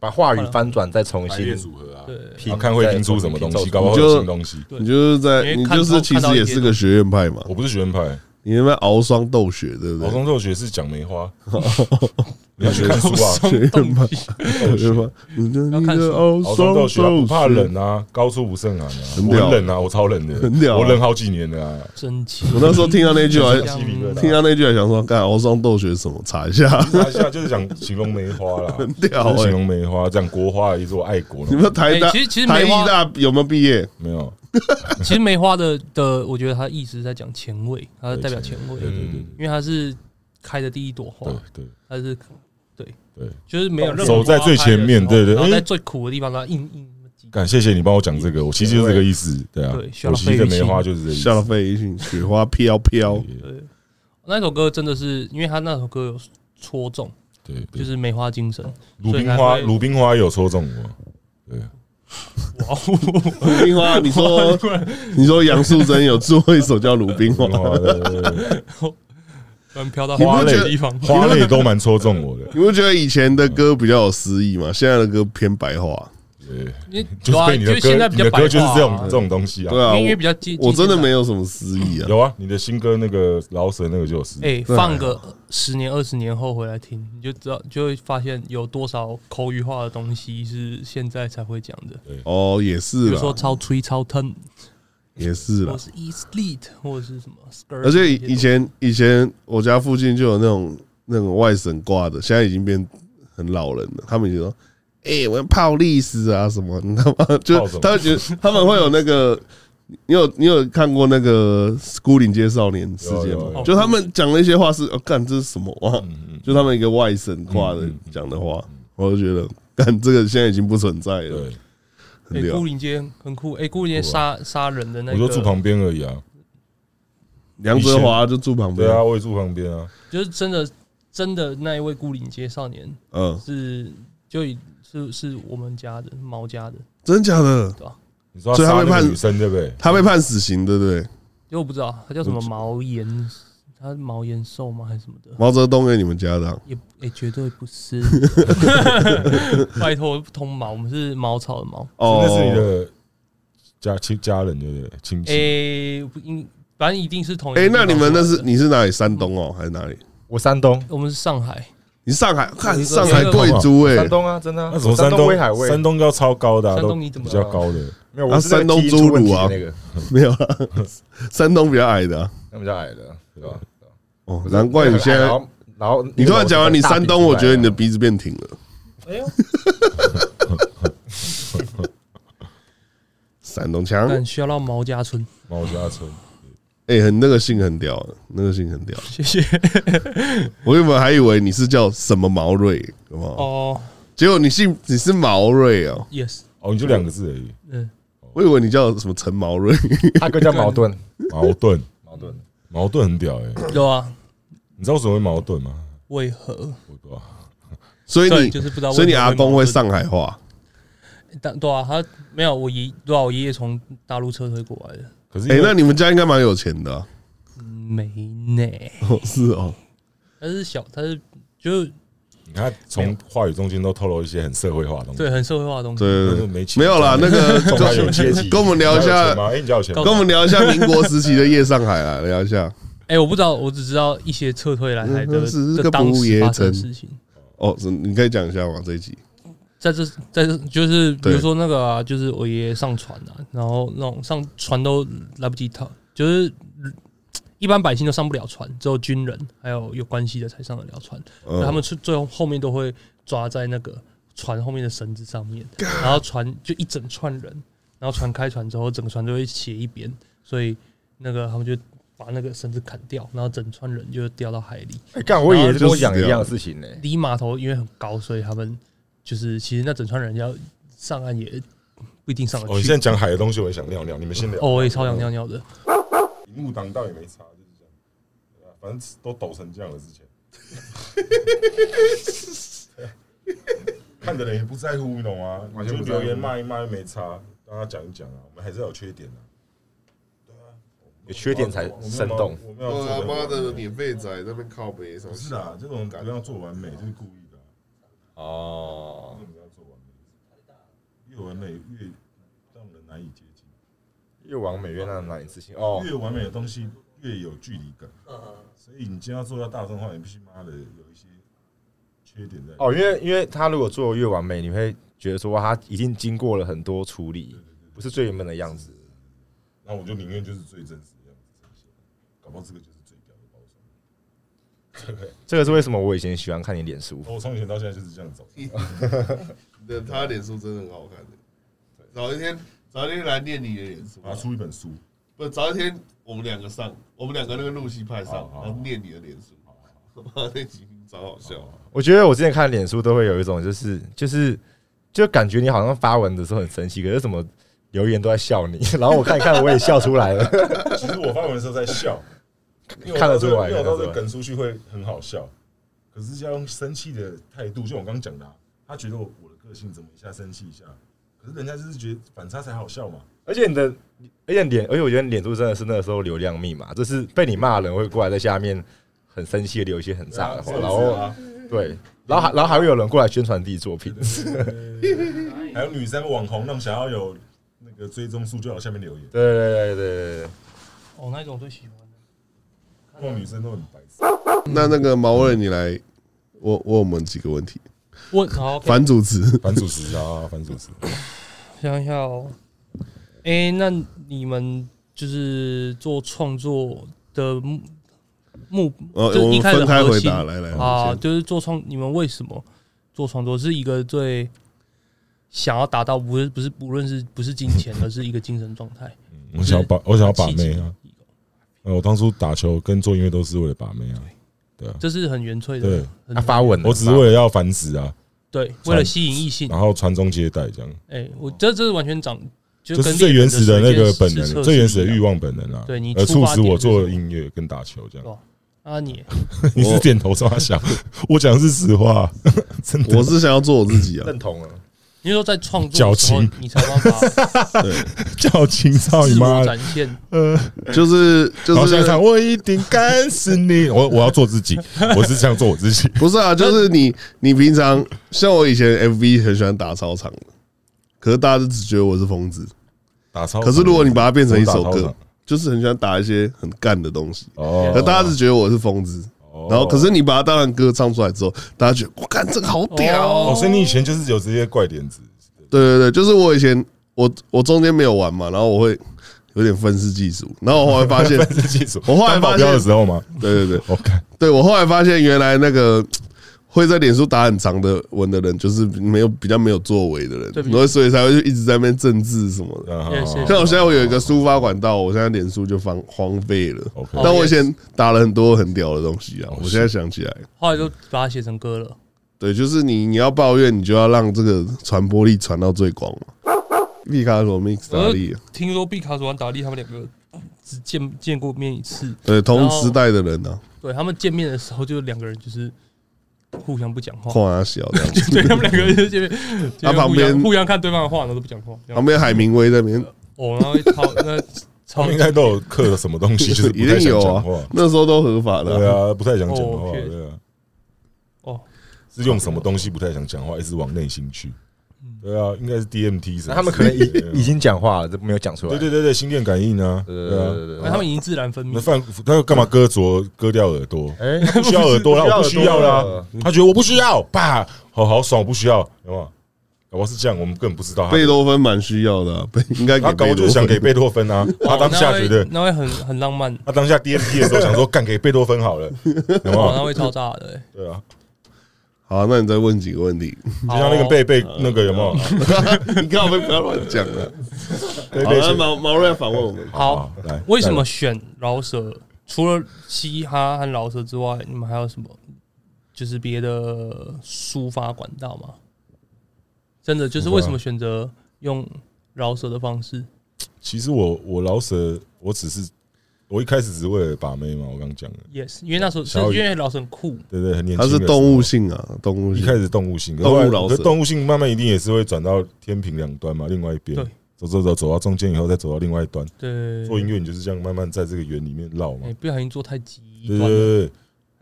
把话语翻转再重
排
新
列组合啊，
对
拼
然后看会拼出什么东西，搞不好会
就
有新东西。
对
你就是在，
因
你
为看
就是其实也是个学院派嘛，
我不是学院派，
你那边熬霜斗雪，对不对？
老中斗学是讲梅 花，你要去看书啊，
学院派
动，机
学院派，你就你就熬
老
霜
中斗
斗
学
雪
啊不怕冷啊，高处不胜寒啊，
很
我
屌
很冷啊，我超冷的，
很屌啊
我冷好几年了啊，
真气。
我那时候听到那句，我还
鸡皮疙瘩
听到那句还想说，干熬霜斗雪是什么？查一下，
查一下就是讲形容梅花啦，
很屌
就是形
哎！
容梅花，讲国花也是我爱国
你
的，
们台大
哎其实其实
台
梅
艺
花
大有没有毕业？
没有，
其实梅花的的，我觉得它意思在讲前卫，它代表前卫，
对对
嗯
因为它是开的第一朵花
对，对
它是对
对，
就是没有任何
哦走在最前面
花开的时候
对对
然后在
哎
最苦的地方把它硬硬挤
感谢谢你帮我讲这个，我其实就是这个意思，对啊
对，需要
我其实
费
的
力气
梅花就是这个意
下了
思，
费一群雪花飘飘，
对，那首歌真的是，因为他那首歌有戳中，
对，对
就是梅花精神。
鲁
所以
冰
才
花，
会
鲁冰花也有戳中 我，
哇哦，
鲁冰花，你说你说杨素贞有做一首叫《鲁冰花
鲁 冰》，花对对对对
突然飘到
你不
花
觉
类
得
地方，
花类都蛮戳中我的，
你不觉得以前的歌比较有诗意吗？现在的歌偏白话。
对。
你对
就是
啊
被你
因
的
为
歌，
现在比
你
较
的
白
歌就是
话啊
这种这种东西啊。
对啊，
音乐
我
比较激，
我真的没
有。
有什么诗意啊。
有啊，你的新歌那个老舍那个就有诗，
哎，
对啊
放个十年二十年后回来听，你就知道，就会发现有多少口语化的东西是现在才会讲的，
哦，也
比
是
如说
啦，
超吹、超吞，
也是
或
啦。
是 East Lead，或者是什么 Skirt。
而且以以前以前我家附近就有那种那种外省挂的，现在已经变很老人了。他们就说：“哎、我要泡历史啊什么， 你知道吗？”就
泡什么
他们觉得他们会有那个。你有你有看过那个《孤岭街少年》事件
有有
吗
有？
就他们讲的一些话是，哦，干这是什么啊？
嗯嗯，
就他们一个外省话的
嗯嗯嗯
讲的话，我就觉得，干这个现在已经不存在了，
对，
很
哎，
屌
孤。岭街很酷，哎，孤岭街
酷
杀杀人的那
我就住
个，
旁边而已啊，
梁哲华就住旁边
对，啊，我也住旁边啊，
就是真的真的那一位孤岭街少年，
嗯，
是就以是是我们家的毛家的，
真假的？
你说
所以他
杀
被
那个
判
女生对不对？
他被判死刑，对不对？
因为我不知道他叫什么毛延，他是毛延寿吗还是什么的，
毛泽东给你们家的啊、
也也绝对不是， 拜托通毛，我们是茅草的毛，
那是你
哦，
的家亲家人对不对？亲
哎
戚，
诶、不应反正一定是同一个
哎、
地
那
方出来的。
你们那
啊
是你是哪里？山东哦，还是哪里？
我山东，
我们是上海，
你上海
有
看
一个
上海贵族哎、
山东啊，真的啊，
那什么
我山
山东
威海卫，
山东要超高的啊，
山
都
东你怎么
比较高的？
没有，
啊
我是那个
山东
基因出问
侏
题
儒啊
的那个，
没有啦，山东比较矮的啊、
那比较矮的，对吧？
哦，难怪你现
哎
然
在
后然后
你突然讲完你山东，我觉得你的鼻子变挺了。
哎呦，
山东腔，
但需要到毛家村，
毛家村，
哎、很那个姓很屌的，那个姓很屌。
谢谢
我原本还以为你是叫什么毛瑞，好不好？
哦、
结果你姓你是毛瑞哦，
y e s
哦，你就两个字而已，
嗯，
我以为你叫什么陈毛瑞。
哦
他哥叫矛盾，
矛盾，
矛盾，
矛盾很屌哎，
有啊，
你知道为什么会矛盾吗？
为何？
我不知道，
所以
对
你
就是不知道为
所以你
什么
阿
会
公
矛
会
盾
上海话，
但对啊，他没有我爷，对啊，我爷爷从大陆撤退过来的，
可是因
哎、
为
那你们家应该蛮有钱 的啊、
没呢。
哦，是哦，
他是小，他是就是
你看从话语中间都透露一些很社会化的东西，
对很社会化的东 西。
对
就
对对，
是没钱
没有啦，那 个
中产有阶级，
跟我们聊一
你家有
下
钱，吗哎，你家有钱吗？
跟我们聊一下民国时期的夜上海啊，聊一下。
哎、我不知道，我只知道一些撤退来台的
嗯是
的
个
当
不
时
夜
发生的
城
事情。
哦，是你可以讲一下吗？这一集
在这在这就是比
对
如说那个、啊、就是我爷爷上船啊，然后那种上船都来不及逃，就是嗯一般百姓都上不了船，只有军人还有有关系的才上得了船。
嗯
他们是最后后面都会抓在那个船后面的绳子 上面，然后船就一整串人，然后船开船之后，整个船都会斜一边，所以那个他们就把那个绳子砍掉，然后整串人就掉到海里。
哎干，我也是跟我讲
然后就死掉
一样的事情呢。
离码头因为很高，所以他们就是其实那整串人要上岸也不一定上得
哦，你现
去。
在讲海的东西，我也想尿尿，你们先聊。
哦，我也超想尿尿的。
荧幕挡到也没差，就是这样。对啊，反正都抖成这样了，之前。看的人也不在乎，你懂吗？
完
你
全
就
不在乎
留言骂一骂又没差，让他讲一讲啊，我们还是要有缺点啊。对啊，
有缺点才生动
哦我们要
我哦
做
他
得
妈的免费仔在那边靠北什么？
不是啊，这种感觉要做完美就是故意的啊、
哦
为，什么要做完美？越完美越让人难以接近，
越完美越让人难以置信哦。嗯
越完美的东西越有距离感。所以你今天要做到大众化，你必须妈的有一些缺点在。
哦，因为因为他如果做的越完美，你会觉得说哇，他已经经过了很多处理，不是最原本的样子。
那我就宁愿就是最真实的样子呈现，
哦
搞不好这个就是最屌的包
嗯
装。对不对？
这个是为什么我以前喜欢看你脸书，
我从以前到现在就是这样走。
对，他的脸书真的很好看的。早一天，早一天来念你的脸书
拿，出一本书，
不，早一天我们两个上，我们两个那个露西派上
好，好
然后念你的脸书，他妈 那集超好笑。
我觉得我之前看脸书都会有一种就是就是就感觉你好像发文的时候很生气，可是怎么留言都在笑你， 然后我看一看我也笑出来了。
其实我发文的时候在笑，因为我
看得
到这
出来
因为我
看得出
到时候
来
梗出去会很好笑，可是要用生气的态度，就我刚刚讲的、啊，他觉得我我的个性怎么一下生气一下，可是人家就是觉得反差才好笑嘛。
而且你的，而且脸，而且我觉得脸书真的是那个时候流量密码，就是被你骂的人会过来在下面很生气的留一些很炸 的话，
对啊
然后对，然后还然后还会有人过来宣传自己作品，
是啊对对对还有女生网红那种想要有那个追踪数，就往下面留言，
对对对对对，
哦，那一种最喜欢的。嗯
那种女生都很白痴。
那那个毛瑞，你来问问我们几个问题，
问好，OK，
反主持。
反主持啊，反主持。
想一下哦。哎、那你们就是做创作的目目
呃，
就是
我
一
们
开始
分开
核
回
心
答，来来
啊，
嗯
先
就是做创，你们为什么做创作是一个最想要达到，不是不是，无论是不是金钱，而是一个精神状 态。
我想要把，我想要把
契机
妹 啊！呃，我当初打球跟做音乐都是为了把妹啊，对啊，
这是很原粹
对啊
的，很
他发文了，
我只是为了要繁殖啊，
对，为了吸引异性。
然后传宗接代这样。
哎、我这这是完全长，就
就
跟
是最原始的那个本
猎人
能，
的
最原始的
实测是一
欲
样
望本能啊，
对你
而
出
促
发
使
点
我
是什
做
么
音乐跟打球这样。
哦啊你，
你是点头刷想，我讲的是实 话，真 的。
我是想要做我自己 啊，
认同了，
你是说在创作的时候
矫情，
你才有办 法
叫情操你
自我
妈的！
展现。
就是
然
就
后下一
是
场我一定干死你！我我要做自己，我是想做我自己。
不是啊，就是你你平常像我以前 FV 很喜欢打操场的，可是大家就只觉得我是疯子。
打操场，
可是如果你把它变成一首
我打操
歌
场，
就是很喜欢打一些很干的东西，
哦
可大家只觉得我是疯子。然后可是你把它当成歌唱出来之后，大家觉得我干这个好屌哦。
哦，所以你以前就是有这些怪点子，
对对对，就是我以前我我中间没有玩嘛，然后我会有点愤世嫉俗，然后我后来 发现
但，是记住
我后来
当
发
保
现
镖的时候嘛，
对对对，
我看
对我后来发现，原来那个会在脸书打很长的文的人，就是没有比较没有作为的人，
对比
然后所以才会就一直在那边政治什么
啊
的。
哦
哎
像我现在我有一个抒发管道，我现在脸书就荒荒废了。
OK
但我以前打了很多很屌的东西啊，我现在想起来，
后来就把它写成歌了。
对，就是你你要抱怨，你就要让这个传播力传到最广嘛。毕卡索 mix 啊达利，
听说毕卡索和达利他们两个只见见过面一次，
对同时代的人啊呢、
对他们见面的时候，就两个人就是互相不讲
啊，
话。
矿啊小的，
对他们两个就见面，见面
他旁边
互相互相看对方的话，然后都不讲话。这样
旁边海明威那边
哦，然后一超 那
他
超
们应该都有刻了什么东西，就是不
一
太
定
想
有
讲
啊
话。，
那时候都合法的啊、
对啊，不太想讲话，
哦，OK
对啊，
哦，
是用什么东西不太想讲话，一直往内心去。对啊，应该是 DMT 什么之类的。
那他们可能已
对啊
已经讲话了，这没有讲出来，
对对对对，心电感应啊，
对
对啊。
对对
那哎他们已经自然分
那
泌。
犯他干嘛割着割掉耳朵？
哎，
他不需要耳朵啦，我不需要啦
了。
他觉得我不需要，爸，好好爽，我不需要，有没有？搞不好是这样，我们根本不知道他
贝多芬蛮需要的啊、 贝应该
他
给
搞
贝
我就
多
想
芬。
给贝多芬啊，他
哇
当
哦
下
那
觉
会
得
那会很很浪漫，
他当下 DMT 的时候想说，干给贝多芬好了，有没
哦哇，那
有？
会超炸的欸。
对啊，
好，那你再问几个问题。
就
就像那个贝
哦
贝那个有没有？
嗯
你干嘛不要乱讲啊？
贝
好，
贝啊
那毛毛瑞来反问我们。
好，
来，
为什么选饶舌？除了嘻哈和饶舌之外，你们还有什么就是别的抒发管道吗？真的，就是为
啊
什么选择用饶舌的方式？
其实我我老舍，我只是我一开始只是为了把妹嘛，我刚讲的，
Yes，因为那时候是
小雨
因为老师很酷，
对对，很年
它
轻的时
是
候。
动物性啊，动物
一
性
开。始动物性，可是
动物
后来
饶舌
可是动物性慢慢一定也是会转到天平两端嘛，另外一边
对
走走走走到中间以后，再走到另外一端。
对，
做音乐你就是这样慢慢在这个圆里面绕嘛
哎，，不小心做太极
对对
端了，
对，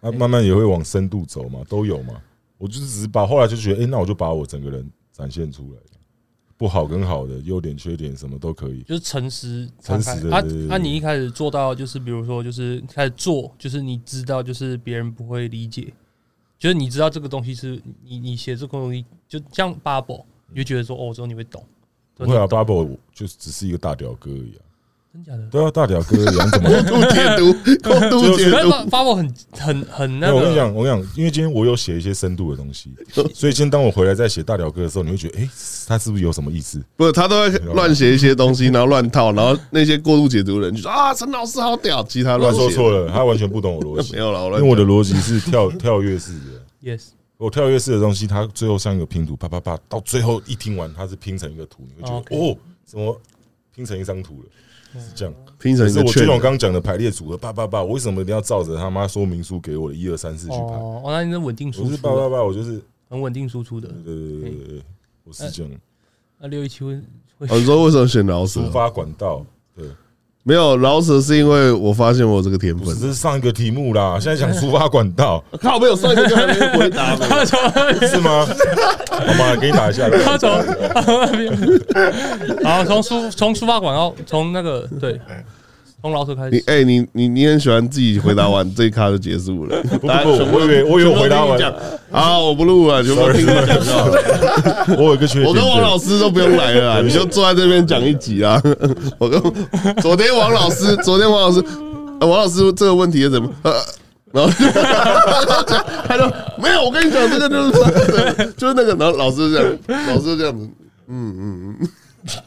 那慢慢也会往深度走嘛，都有嘛。我就是只是把后来就觉得，哎，那我就把我整个人展现出来，不好跟好的优点缺点什么都可以。
就是诚实
诚
敞开。
实对
啊
对对
啊，你一开始做到就是，比如说就是开始做，就是你知道，就是别人不会理解，就是你知道这个东西是你你写这个东西，就像 bubble，你就觉得说哦，之后你会懂。
不会啊，Bubble 我就只是一个大屌哥而已啊，
真假的？
对啊，大屌哥而已啊，你怎么
过度解读， 过度解
可是
读。
发发我很很很那
那我跟你
个，
讲，我跟你讲，因为今天我有写一些深度的东西，所以今天当我回来在写大屌哥的时候，你会觉得，哎、他是不是有什么意思？
不是，他都会乱写一些东西，然后乱套，然后那些过度解读的人就说啊，陈老师好屌，其他
他
乱
说
写。
错了，他完全不懂我逻 辑
没，有了，我
因为
乱
我
讲。
的逻辑是跳跳跃式的。
yes，
我跳跃式的东西，它最后像一个拼图，啪啪啪，到最后一听完，它是拼成一个图，你会觉得
OK 嗯
哦，怎么拼成一张图了？是这样。
拼成
可
一
是
个
我就
圈
像。我刚刚讲的排列组合，啪啪啪，我为什么一定要照着他妈说明书给我的一二三四去排？
哦，哦，那你是稳定
我
输
是啪啪
出，
啪，我就是
很稳定输出的
对。对对对对，我是这样
那六一七会会
哦你说为什么选饶舌
抒？发管
嗯
道。对，
没有饶舌是因为我发现我有这个天
不
分
是，。这是上一个题目啦，
嗯
现在讲出发管道
靠，没有上一个就还没回答呢。
他从
是吗？好吧，给你打一下。
他从 好从书从书法馆哦，从那个对，从老手开
哎你
始。
哎、你你你很喜欢自己回答完这一咖就结束了。
不不不，我以为我以为我回答完，
啊，我不录了，全部听你讲就好了。
我有一个缺点。
我跟王老师都不用来了啊，你就坐在这边讲一集啊。 我跟昨天王老师，昨天王老师，呃王老师这个问题怎么？呃然后就 他就没有，我跟你讲，这个就是 就是那个，然后老师就这样，老师就这样子，嗯嗯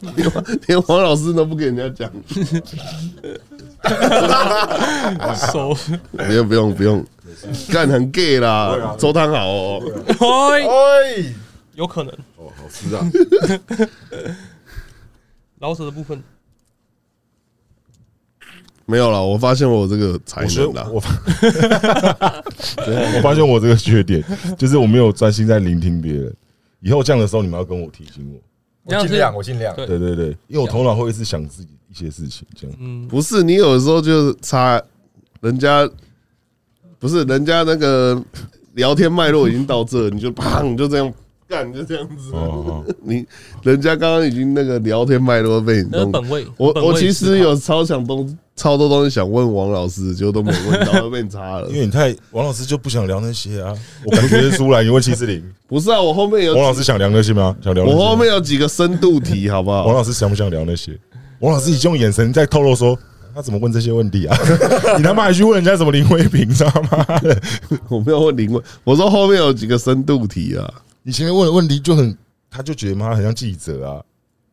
嗯，连王连王老师都不给人家讲，
手，
不用不用不用，干很 gay 啦，周汤好哦，
哎，
哎，
有可能
哦，好吃啊！
老手的部分，
没有啦，我发现我有这个才
我觉得
能啦，
我发啊我发现我这个缺点就是我没有专心在聆听别人。以后这样的时候，你们要跟我提醒我。
这样
我
是
尽量，我尽量。
对
对对对，因为我头脑会一直想自己一些事情，这样。
嗯，
不是，你有的时候就是差人家，不是人家那个聊天脉络已经到这，你就砰你就这样干，你就这样子。
哦，哦
你人家刚刚已经那个聊天脉络被你
那是
弄。
本位。
我
本位
我其实
思考
有超想东超多东西想问王老师，结果都没问到，都被你插了
因。为你太王老师就不想聊那些啊，我感觉得出来。你问七四零，
不是啊，我后面有
王老师想聊那些吗？想聊那些
我
吗？
后面有几个深度题，好不好？
王老师想不想聊那些？王老师已经用眼神在透露说，他怎么问这些问题啊？ 你他妈还去问人家什么林慧萍，知道吗？
我没有问林问，我说后面有几个深度题啊，
你前面问的问题就很，他就觉得妈很像记者啊。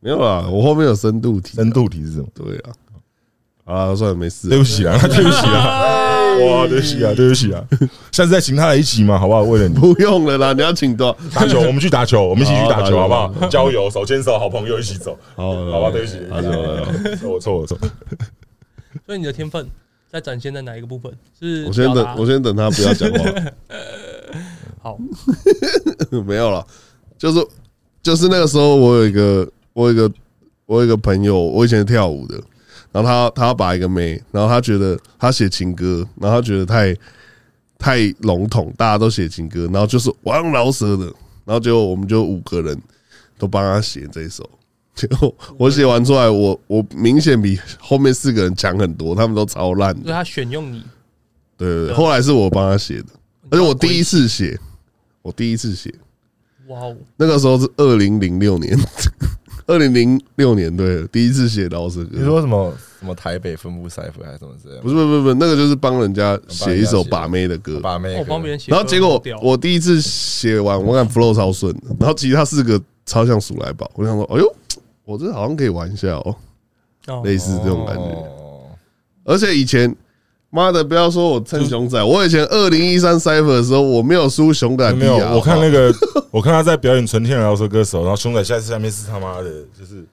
没有啦，我后面有深度题，
深度题是什么？
对啊，啊，算了，没事了
对。不起啊， 对不起啊，哇，对不起啊，对不起啊，下次再请他来一起嘛，好不好？为了你
不用了啦，你要请多少？
打球，我们去打 球，我们一起去打球，
好
好不好？郊游，手牵手，好朋友一起走，
好
好吧？对不起，
好的好的好的
对不起我错，我错。
所以你的天分在展现在哪一个部分？ 是
我先
表达
等，我先等他不要讲话。
好，
没有了，就是就是那个时候，我有一个我有一个我有一个朋友，我以前跳舞的，然后他他要把一个妹，然后他觉得他写情歌，然后他觉得太太笼统，大家都写情歌，然后就是我要用饶舌的，然后结果我们就五个人都帮他写这一首。结果我写完出来，我我明显比后面四个人强很多，他们都超烂的
所以。他选用你，
啊
对对对，后来是我帮他写的，而且我第一次写，我第一次写，
哇哦，
那个时候是二零零六年， 二零零六年对，第一次写饶舌歌。
你说什么什么台北分部赛服还是什么之类的
不？是不是不是不是，那个就是帮人家写一首
帮人家写
把妹的歌，
把妹歌，
我帮别人写歌，
然后结
很
果
屌
我第一次写完，我感 flow 超顺的，然后其他四个超像鼠来宝，我想说，哎呦，我这好像可以玩一下哦，
哦
类似这种感觉。
哦
而且以前，妈的，不要说我蹭熊仔，我以前二零一三 Cypher 的时候，我没有输熊仔
没有，
B 啊
我看那个， 我看他在表演纯天然饶舌歌手，然后熊仔下次下面是他妈的，就是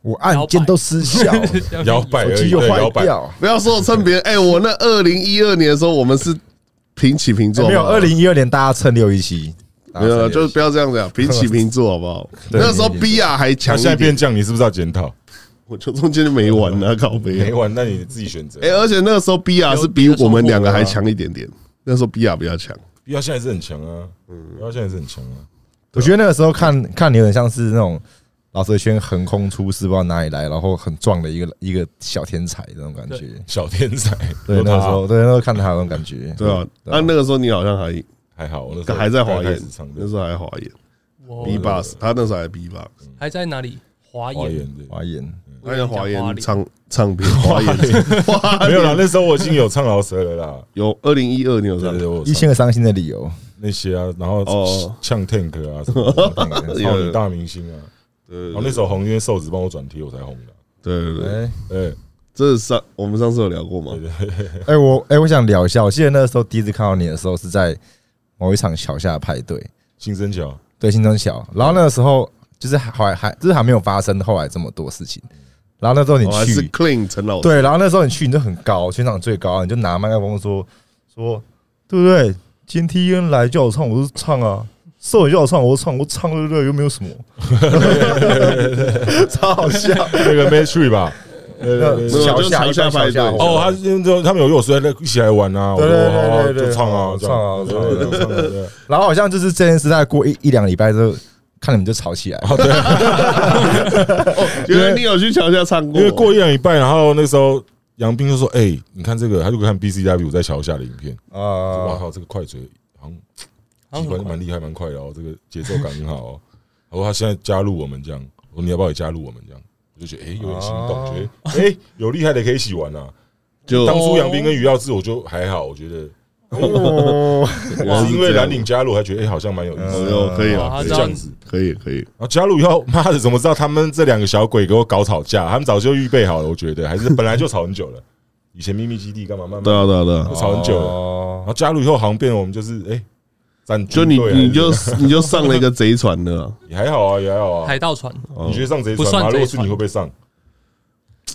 我
啊
按键都失效，
摇摆
手
而
机
已，
又
对，摇
坏
摆。
掉。
不要说我蹭别人，哎，我那二零一二年的时候，我们是平起平坐，
哎没有，
好不好
二零一二年大家蹭六一七，大家
没
蹭
有了，
617
就是不要这样子啊，平起平坐好不好？
对
那时候 B 啊还
他
强一
现在变
点，
酱，你是不是要检讨？
我就中间就没玩啊，靠背啊
没完，那你自己选择
哎、。而且那个时候 B R
有
是比我们两个还强一点点，那时候 B R 比较强，
B 幺现在是很强啊，嗯，B 幺现在是很强啊。
我觉得那个时候看看你有点像是那种老舌圈横空出世，不知道哪里来，然后很壮的一个一个小天才那种感觉。
小天才，
对，
有
那
他
个时候，对那时候看他有那种感觉。
对啊。那、那个时候你好像还
还好，我那时候
还在华
刚
研
开始唱，
那
的
时候还华研
哇哦
B box，他那时候还 B box，
还在哪里？华
华
研，
研对。
华研，
我
他
以
在
为你
华
讲
研
联
唱唱片，华研
啊没有啦，那时候我已经有唱饶舌了啦，
有二零一二年有
对
唱
对，对，我有
一
唱
千个伤心的理由，
那些啊，然后
哦
呛 Tank 啊，什么的 超
有
女大明星啊，
对
然后那时候红，因为瘦子帮我转贴，我才红的。
对对对，
哎
哎，
这是上我们上次有聊过嘛？
哎，我哎，我想聊一下，我记得那个时候第一次看到你的时候是在某一场桥下派对，
新生桥，
对，新中桥。然后那个时候就是还还还，就是还没有发生后来这么多事情。然后那时候你
我哦还是
去，
Clean 陈老师，
对，然后那时候你去，你就很高，全场最高，你就拿麦克风说说，对不对？今天 T N 来叫我唱，我就唱啊；瘦也叫我唱，我就唱，我唱对不对？又没有什么， 超好笑。
那个 m a t r e 吧。对对对
没有
桥
就是
下
桥
一
下
般
派
桥下
对
哦，他因为他们有约我出来一起来玩啊，我
对
说
对
好啊
对对对
就唱啊，
唱啊
这样
唱啊
对唱啊，对啊
然后好像就是这件事，大概过一一两个礼拜之后，看你们就吵起来。
原来你有去桥下唱过，
因为过一两礼拜，然后那时候杨斌就说：“哎，你看这个，他就看 BCW 在桥下的影片，哇
啊，
靠，这个快嘴好像
好
机
像
关
很
蛮厉害，蛮快的哦，这个节奏感很好哦。 然后他现在加入我们这样，我说你要不要也加入我们这样？我就觉得哎、诶有点心动，
哦
觉得哎、诶有厉害的可以一起玩啊。
就
当初杨斌跟于耀志我就还好，我觉得
哦
哇
是因为蓝领加入，还觉得哎、诶好像蛮有意思
哦
的。
哟可以
哇
啊，
他
可以
知
是这
道
样子，
可以可以，
然后加入以后， 妈的，怎么知道他们这两个小鬼给我搞吵架？他们早就预备好了，我觉得还是本来就吵很久了。以前秘密基地干嘛慢
对
慢，
啊对啊对啊
就，吵很久了。然
了。
后加入以后，好像变得我们就是哎，站
哦就你你就你就上了一个贼船的 啊，
啊也还好啊，也还好啊。
海盗船
哦
你觉得上贼
不
船
算
吗？如果
贼
是
船
你会不会上？
啊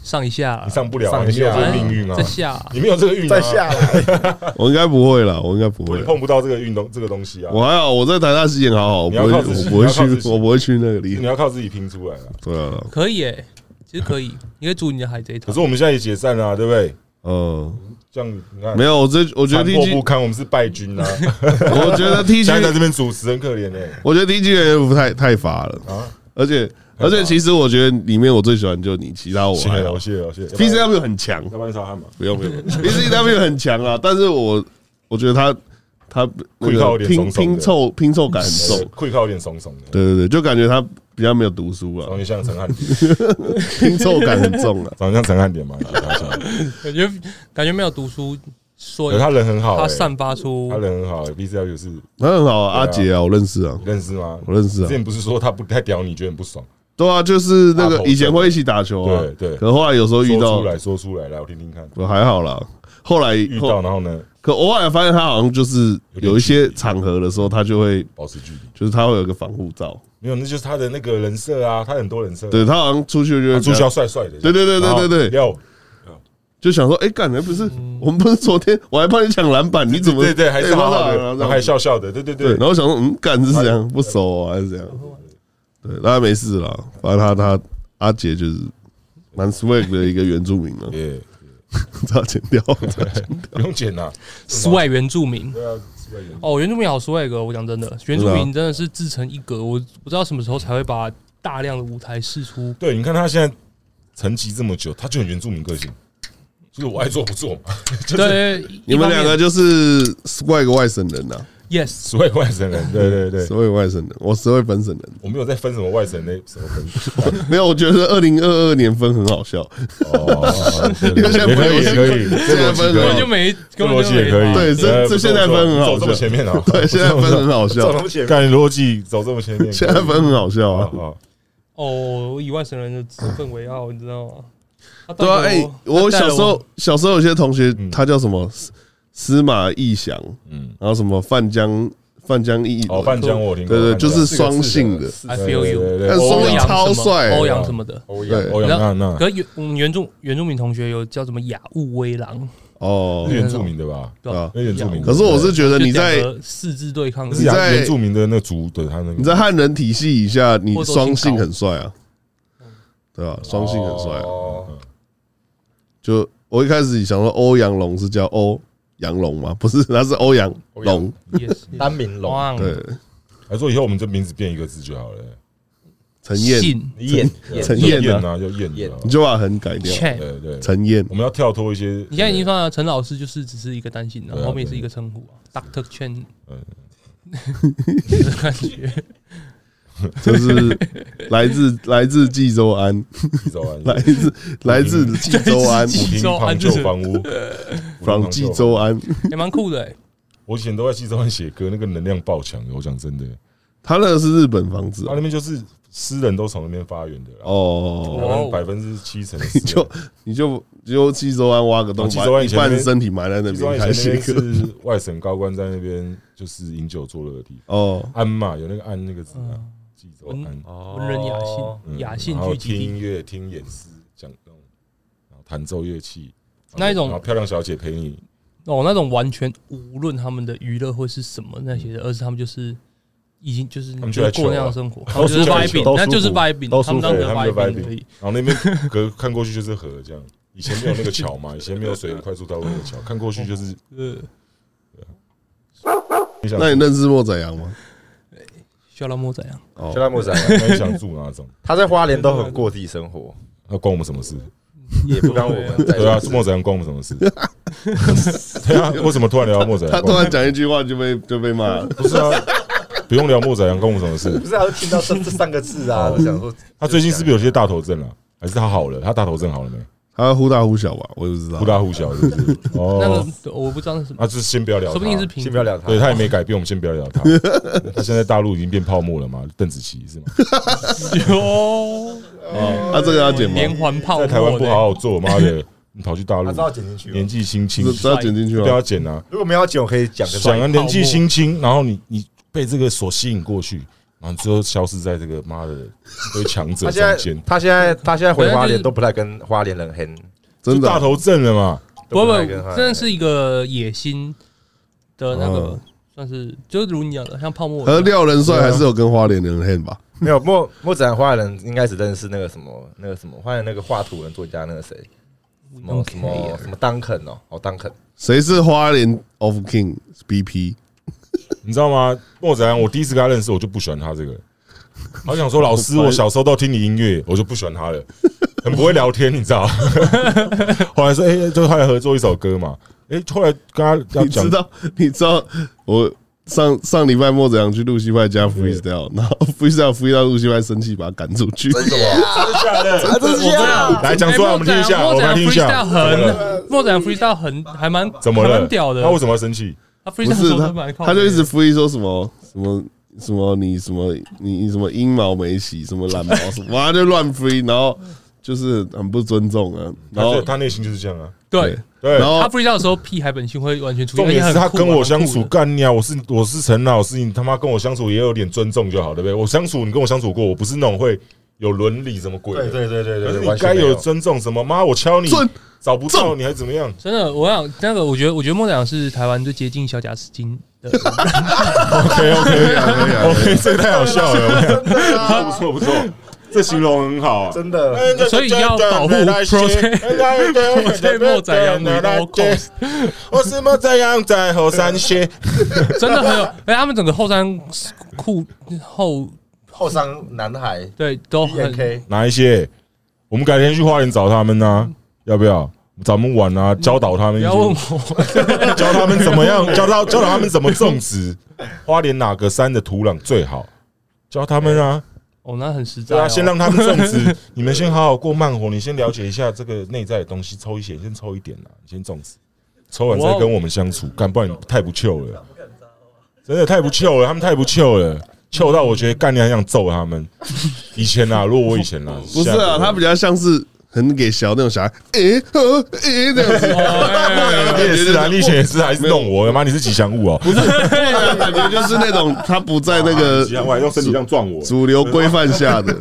上一下啦
你，上不了、啊，
上一
你没有
下
这个命运啊
再，下
你没有这个运、啊，
在下，来，
我应该不会啦，我应该不
对
会啦。
你碰不到这个运动这个东西啊，
我还好，我在台大戏演好好，我不
你要
会，
靠自己
我不会
你要靠自
去，
己
我不会去那个地
你
方。
要靠自己拼出来啊。
对啊，对啊
可以诶，其实可以，你可以组你的海贼
可
团
是。我们现在也解散了、啊，对不对？
嗯，
这样你看，
没有，我这我觉得
残
T
破
G，
不堪，我们是败军啊。
我觉得 T G，
现在在这边主持很可怜欸呢、
我觉得 T G F 太太乏了，
啊，
而且而且其实我觉得里面我最喜欢就你，其他我
谢
还
谢
好
哦，。谢谢哦，谢谢。
P C W 很强，
要不然你查呃汉嘛，
不用不 用，P C W 很强啊，但是我我觉得他他那
会靠
个
有点
拼
怂怂的
拼凑拼凑感很重，
会靠有点怂怂的，
对对对，就感觉他比较没有读书啊
长，得像陈汉典，
拼凑感很重 啊。
长得像陈汉 典嘛，你觉得他像
感觉感觉没有读书，所
可是
以
他人很好、欸，
他散发出
他人很好、欸。B C W 是你
他很好啊，阿
对啊
杰啊，我认识啊，
认识吗？
我认识
之
啊。
前不是说他不太屌你，觉得很不爽？
对啊，就是那
大
个
头
以前会一起打球啊，
对对
可后来有时候遇
说
到
出，来说出来，来我听听看。
不还好啦。后来
遇
后
到然后呢，
可偶尔发现他好像就是有一些场合的时候，他就会
保持距离。
就是他会有一个防护罩，
没有，那就是他的那个人设啊，他很多人设、啊，
对他好像出去就会
他出
比
去
较
要帅帅的，
对对对对对对，
要
就想说，哎，干人不是我们不是昨天我还帮你抢篮板，你怎么
嗯对对，还是
哎
好好
帮上
的，然
然
后
后
还笑笑的，对对
对，
对
然，后想说，嗯，干是这样不熟啊，还是这样，对，大家没事啦，反正他他阿杰就是蛮 swag 的一个原住民啊，
也
差剪 掉，差剪
不用剪啦，
swag 原住民。
对啊，swag 人
哦，原住民好 swag，哦我讲真的，
啊
原住民真的是自成一格。我不知道什么时候才会把大量的舞台试出，
对，你看他现在沉寂这么久，他就很原住民个性，就是我爱做不做嘛，就是
对，
你
一
们
方
两个
面
就是 swag 外省人呐、啊
Yes，
所谓外省人，对对对，
所谓外省人，我所谓本省人。
我没有在分什么外省那什么分，
没有，我觉得二零二二年分很好笑，
哦， 对对对可以可以，这逻
根
辑可
本就
以，
没，
啊这
根本
逻
就
辑
没
也可以，
对这
呃
这
不错
现在分很好
走这么
笑
前面啊，
对，现在分很好
走
笑
那，么前面，
干逻辑走这么前 面，
现在分很好笑
啊
啊。
啊，
哦，我以外省人的自奋为傲，你知道吗？他带
对啊，
我
哎，我
他带
小时候小时候有些同学，
嗯
他叫什么司司马懿祥，
嗯，
然后什么范江范江义，
哦，范江我有听过，
对对，就
范江
是双姓的，
I feel you，
对对
但
对
是
欧
双
欧
姓
阳
阳
超
什么
帅啊
欧阳什么的。
欧
对
阳欧阳娜娜，
可是原我们原住原住民同学有叫什么雅物威郎，
哦
是，原住民的吧？
对吧
啊？
那原住民，
可是我是觉得
就
你在
两个四字对抗
那，是
你在
原原住民的那个族的，他那个
你在汉人体系以下，你
或者说
双
姓
姓
高
很帅啊，对啊，双姓很帅啊。
哦
就我一开始想说欧阳龙是叫欧阳龙吗？不是， 他是欧阳
欧阳
龙，
也 是
单名龙，
哇
对，
还说以后我们这名字变一个字就好了，
陈燕，
信
燕
陈
燕
燕啊，
啊，叫燕子啊，
你就把横改掉，
Chan，
对对，
陈燕
我们要跳脱一些，
你现在已经算了，陈老师就是只是一个单姓了，
对啊
后面也是一个称呼啊，Doctor Chen，
嗯
的感觉，
就是来自来自济州安，
济州安，
来自来自济州安
对是济
嗯济
州
州
安
安
就
旧
是
房屋，
，from 济州安。
也蛮酷的欸。
我以前都在济州湾写歌，那个能量爆强的。我讲真的，
他那个是日本房子
他
啊
那边就是诗人都从那边发源的啦，
哦，
哦，百分之七成的诗人。
就你就你就济州安挖个洞，
哦济州
把
安
一
以前那边
半身体埋在那
济州湾
边开
以前
始
那边是外省高官在那边就是饮酒作乐的地方，
哦，
安嘛有那个安那个字啊，济州安。
文人雅兴，
嗯
嗯雅
然
兴
后
聚
听
集
音
地，
乐、听演诗、讲那种，然后弹奏乐器，然后
那一种
然后漂亮小姐陪你，
哦，那种完全无论他们的娱乐会是什么那些的，而是他们就是已经就是
嗯他们就在
过那样的
求啊
生活，他
都
们就是
舒服
vibing，
都
那
舒
就是
服
vibing，
都
他们
舒
当
服
时的
对，他们的
vibing 而
vibing，
已。
然后那边隔看过去就是河，这样。以前没有那个桥 嘛，以前没有水快速道路那个桥，看过去就是。呃
呃，
你想
那你认识莫宰阳吗？
小老莫怎样？
就在莫仔，
那你想住哪种？
他在花莲都很过地生活，
那关我们什么事？
也不干我们在
对啊，莫仔阳关我们什么事？ 对啊，为什么突然聊到莫仔阳？
他突然讲一句话就被就被骂 了。
不是啊，不用聊莫仔阳关我们什么事
不？是啊，我听到这这三个字啊，我想说
他最近是不是有些大头症了？还是他好了？他大头症好了没？
他忽大忽小吧，我也不知道。
忽大忽小是不是？
那
哦，
个我不知道那是什么，
那就是先不要聊
说
他，
不定是平
先不要聊他，
对他也没改变，我们先不要 聊他。他现在大陆已经变泡沫了嘛？邓紫棋是吗？
哦，
啊，这个要剪吗？
连环泡沫
在
呢，
台湾不好啊好做，妈的，你跑去大
他
陆
知，道剪进去
年
了。
纪轻轻
这，这要剪进去
不
吗
要？剪啊！
如果没有剪，我可以讲个
想啊，年纪轻轻，然后你你被这个所吸引过去，然后最后消失在这个妈的被强者
他现
中
在
间，
他现在他现在回花
对他就是
莲都不太跟花莲人 hang，
真
就
的
大
啊，
头症了嘛？
不
都
不
太跟他，hang
真的是一个野心的那个
嗯，
算是就如你讲的，像泡沫
和
一样。
廖仁帅
啊
还是有跟花莲人 hand 吧？
没有莫莫子兰花莲人应该只认识那个什么那个什么花莲那个画图人作家那个谁什么
don't
什么
care
什么当肯哦哦当肯
谁是花莲 of king BP？
你知道吗？莫子安，我第一次跟他认识，我就不喜欢他这个人。好想说，老 师，我小时候都听你音乐，我就不喜欢他了，很不会聊天，你知道。 后来说，哎、就后来合作一首歌嘛，哎、后来跟他要
你
讲
知，道？你知道我上上礼拜莫子阳去露西派家 freestyle，然后 freestyle freestyle 到露西派生气把他赶出去，
哎
啊
来讲
哎
出来，我们听一
啊
下，我们来听一下，怎么了？
很莫仔啊 freestyle 很还蛮
怎么
还
了？
蛮屌的。
他为什么要生气？
他
不
freestyle
是
说
他
的蛮靠，
他就一直
北的
free 说什么什么。什么你什么你你什么阴毛没洗，什么懒毛什么，他就乱 free，然后就是很不尊重啊。
他
然后
就他内心就是这样啊。
对。
对，
然后
他 freestyle 的时候，屁孩本性会完全出现。
重点是
而且
他
很酷啊
跟我相处
蛮酷的
干你啊！我是我是陈老师，你他妈跟我相处也有点尊重就好，对不对？我相处你跟我相处过，我不是那种会有伦理什么鬼的。
对对
可是你
完全
该
没
有尊重什么？妈，我敲你
尊
找不到你还怎么样？
真的，我想那个，我觉得，我觉得莫仔阳是台湾最接近小贾斯汀的 人，
OK OK
可以啊
OK，这个太好笑了，不错不错，这形容很好啊。
真的
所以要保护 protect- 对莫仔阳 with all cost，
我是莫仔阳在后山县，
真的很有。哎，他们整个后山裤后
后伤男孩
对都
B N
很
K
啊哪一些？我们改天去花莲找他们呢，要不要？咱们玩啊，教导他们
不
一些，
要问我，
教他们怎么样，教到教导他们怎么种植，花莲哪个山的土壤最好，教他们啊，
哦，那很实在、
对
哦。
啊，先让他们种植，你们先好好过慢活，你先了解一下这个内在的东西，抽一些，先抽一点啦，你先种植，抽完再跟我们相处，干，不然你太不秀了，真的太不秀了，他们太不秀了。秀到我觉得干你还想揍他们。以前啊，如果我以前啊，
不是啊，他比较像是很给小那种小孩，诶、呃诶、那样子，
哎
你也是啊，你以前也是啊，还是弄我，他妈你是吉祥物哦，不是
感觉就是那种他不在那个
吉祥物，还用身体这样撞我，
主流规范下的，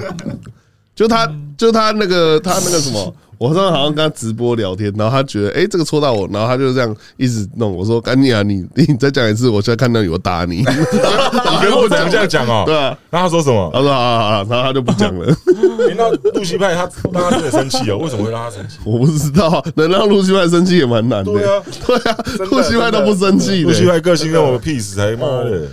就他就他那个他那个什么，我上次好像跟他直播聊天，然后他觉得诶这个戳到我，然后他就这样一直弄，我说赶紧啊，你你再讲一次，我现在看到你我打你，
你跟我讲这样讲哦，
对啊，
那他说什么？
他说啊啊，好然后他就不讲 了，
诶哎那露西派他让他真的生气哦，为什么会让他生气？
我不知道，能让陆西派生气也蛮难的，
对啊
对啊，陆西派都不生气
露西
的，
派个性让我屁死才妈的，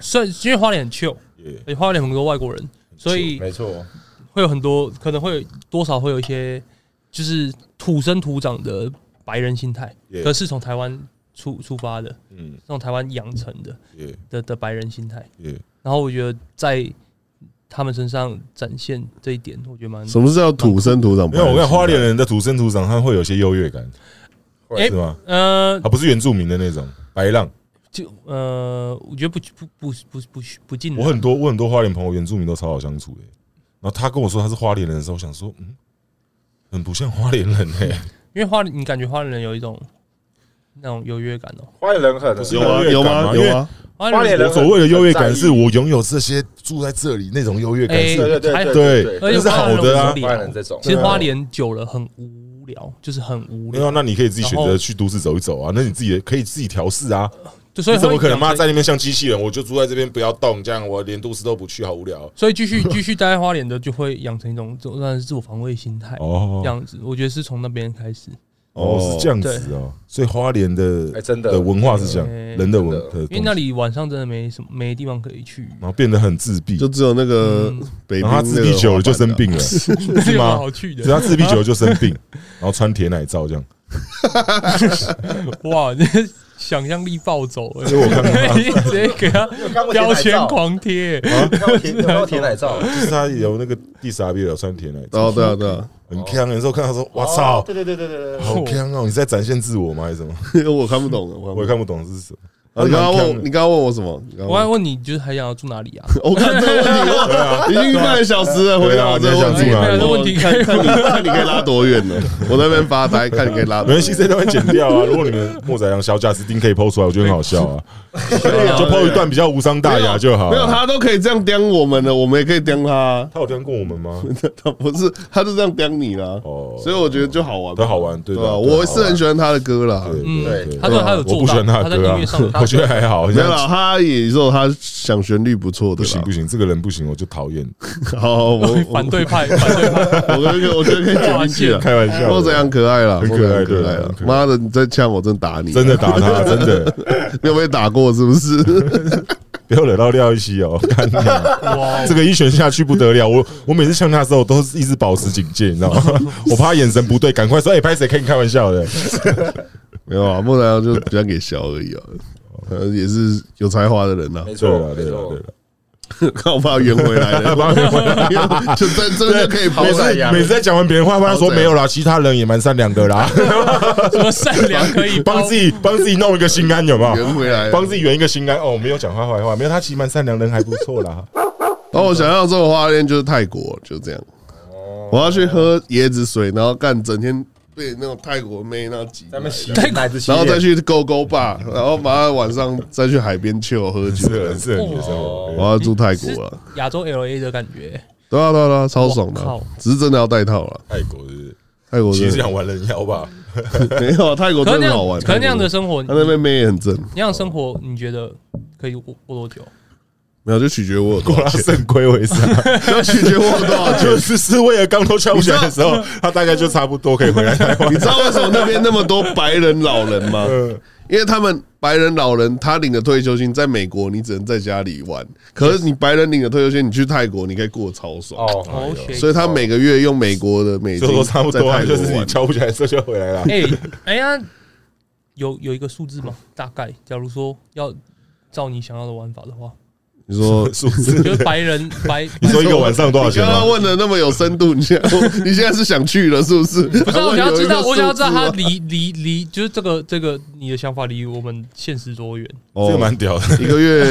所以因为花莲很 chill，
Yeah
而且花莲很多外国人，所以
没错，
会有很多可能会有多少会有一些就是土生土长的白人心态
Yeah
可是从台湾出出发的，
嗯，
从台湾养成的
也
的的白人心态。
也
然后我觉得在他们身上展现这一点，我觉得蛮
什么是叫土生土长？
没有，我跟你讲花莲人的土生土长，他会有些优越感，
哎
是吗？
呃
他不是原住民的那种白浪。
就呃，我觉得不不不不不不尽
我
然。
很多我很多花莲朋友原住民都超好相处的、然后他跟我说他是花莲人的时候，我想说，嗯，很不像花莲人哎、
因为花莲，你感觉花莲人有一种那种优越感哦、
花莲人很
不是
有吗？有吗？有啊吗？
花莲人
我所谓的优越感，是我拥有这些住在这里那种优越感
哎
是，
对对
还
对
对，
对，
而且
那是好的啊。
花莲人这种
哦其实花莲久了很无聊，就是很无
没有，
聊。
啊那你可以自己选
然后
择去都市走一走啊，那你自己也可以自己调试啊。
就所以
你
会
怎么可能
养成
妈在那边像机器人？我就住在这边不要动，这样我连都市都不去，好无聊。
所以继续继续待在花莲的，就会养成一种这种算是自我防卫心态。
哦
这样子，我觉得是从那边开始，
哦，是这样子哦，所以花莲的
哎真的
的文化是这样，
哎
人的文
真的
的东西，
因为那里晚上真的没什么没地方可以去，
然后变得很自闭，
就只有那个
嗯
北
然后他
冰
自闭久了就生病了，
没
是
有
吗？
好去
只
的。
要自闭久了就生病，然后穿铁奶罩这样。
哇，这想象力暴走了，
所以我看到
直接给他标签，狂贴。
哦
挑 铁奶罩，
就是他有那个第十 B 有穿铁奶
哦，
罩，
对啊，对啊，
很强。有时候看他说：“我 操，
对对对对对 对，
好强哦！”你是在展现自我吗？还是 什么？
我看不懂了，
我
我
也
看
看不懂是什
不
么。
懂。啊你刚刚
他蛮
问
呛的
你刚刚问我什么？你刚
我还
刚问
问你，就是还想要住哪 里啊？
我看这个 问题，我已经半个小时了，回答我这个问题
对啊你还想住哪里。
这个问题
看看你看你可以拉多远呢？我在那边发呆，看你可以拉
没。关系，这段会剪掉啊。如果你们莫仔阳小贾斯汀可以剖出来，我觉得很好 笑啊。就剖一段比较无伤大雅就好啊。
没有，他都可以这样刁我们了，我们也可以刁他啊。
他有听过我们吗？
他不是，他就这样刁你啦。
哦，
所以我觉得就好玩，
都好玩，对
对
吧？
吧？
对吧
我是很喜欢他的歌啦。
对对对
嗯他说他有
我
做
不喜
到，
欢他的
在
歌
音乐上
啊，我觉得还好。
没有啦，他也是有他想旋律不错的
不行
啦
不。行，这个人不行，我就讨 厌。
好，我我
反对派，反对 派，
我觉得我觉得可以剪进去啊了。
开玩笑的，
莫怎样可爱了，
很
莫
可
怎
爱
样可爱
对
了
很。可爱
妈的，你再呛我，真打你！ 啊
真的打他，真 的
你有被打过是不是？
不要惹到廖一西哦！干你
哇，哦
这个一拳下去不得了，我我每次呛他的时候都是一直保持警戒，你知道吗？我怕他眼神不对，赶快说：“哎，拍谁？跟你开玩笑的。
没有啊，莫怎样就比较给笑而已啊。呃，也是有才华的人呐、
没”
对
错
了，
没
对了，对
错
了，，
看我把他圆回来 了，把就真真的可以跑
每
来啊
次每次在讲完别人坏话，他说没有啦，其他人也蛮善良的啦，
什么善良可以
帮自己帮自己弄一个心安，有没有？
圆回来。啊
帮自己圆一个心安哦，没有讲他坏话，没有，他其实蛮善良，人还不错啦。
然后哦我想象中的画面就是泰国，就这样。我要去喝椰子水，然后干整天被那种泰国妹那挤来，
咱们洗奶子洗
然后再去勾勾吧，然后马上晚上再去海边 chill 喝酒
这。个人是啊很女生，我
我要住泰国了。
哦亚洲 L A 的感觉，
对啊，对啊，对啊，超爽的
我靠
啊，只是真的要带套了。
泰国是不是
泰国
其
真
实
的
想玩人妖吧？
没有啊，泰国
可是
真
那
的
样
好玩。，
可是那样的生活，你
他那边妹也很正，
那样生活，你觉得可以过过多久？
没有就取决我有多
果
少
他
钱，
肾亏为啥？
要取决我有多少
就
钱。
是是为了刚头敲不起来的时候，他大概就差不多可以回来台湾。 嗯
你知道为什么那边那么多白人老人吗？因为他们白人老人他领的退休金，在美国你只能在家里玩，可是你白人领的退休金，你去泰国你可以过得超爽。
哦
哎呦
OK
所以他每个月用美国的美
这
金
都差不
在
多啊，
泰
就
国
是你
玩，
交不起来，社交回来啦。
哎、哎呀，有有一个数字嘛，大概，假如说要照你想要的玩法的话，
你说
数字，
就是 白人白，
你说一个晚上多 少钱啊
刚
吗
刚？问的那么有深度，你现在 你现在是想去了是不是？
不
不
是啊我想要知道，我想要知道他离离离，就是这个这个你的想法离我们现实多远？
哦
这个蛮 屌的，
一个月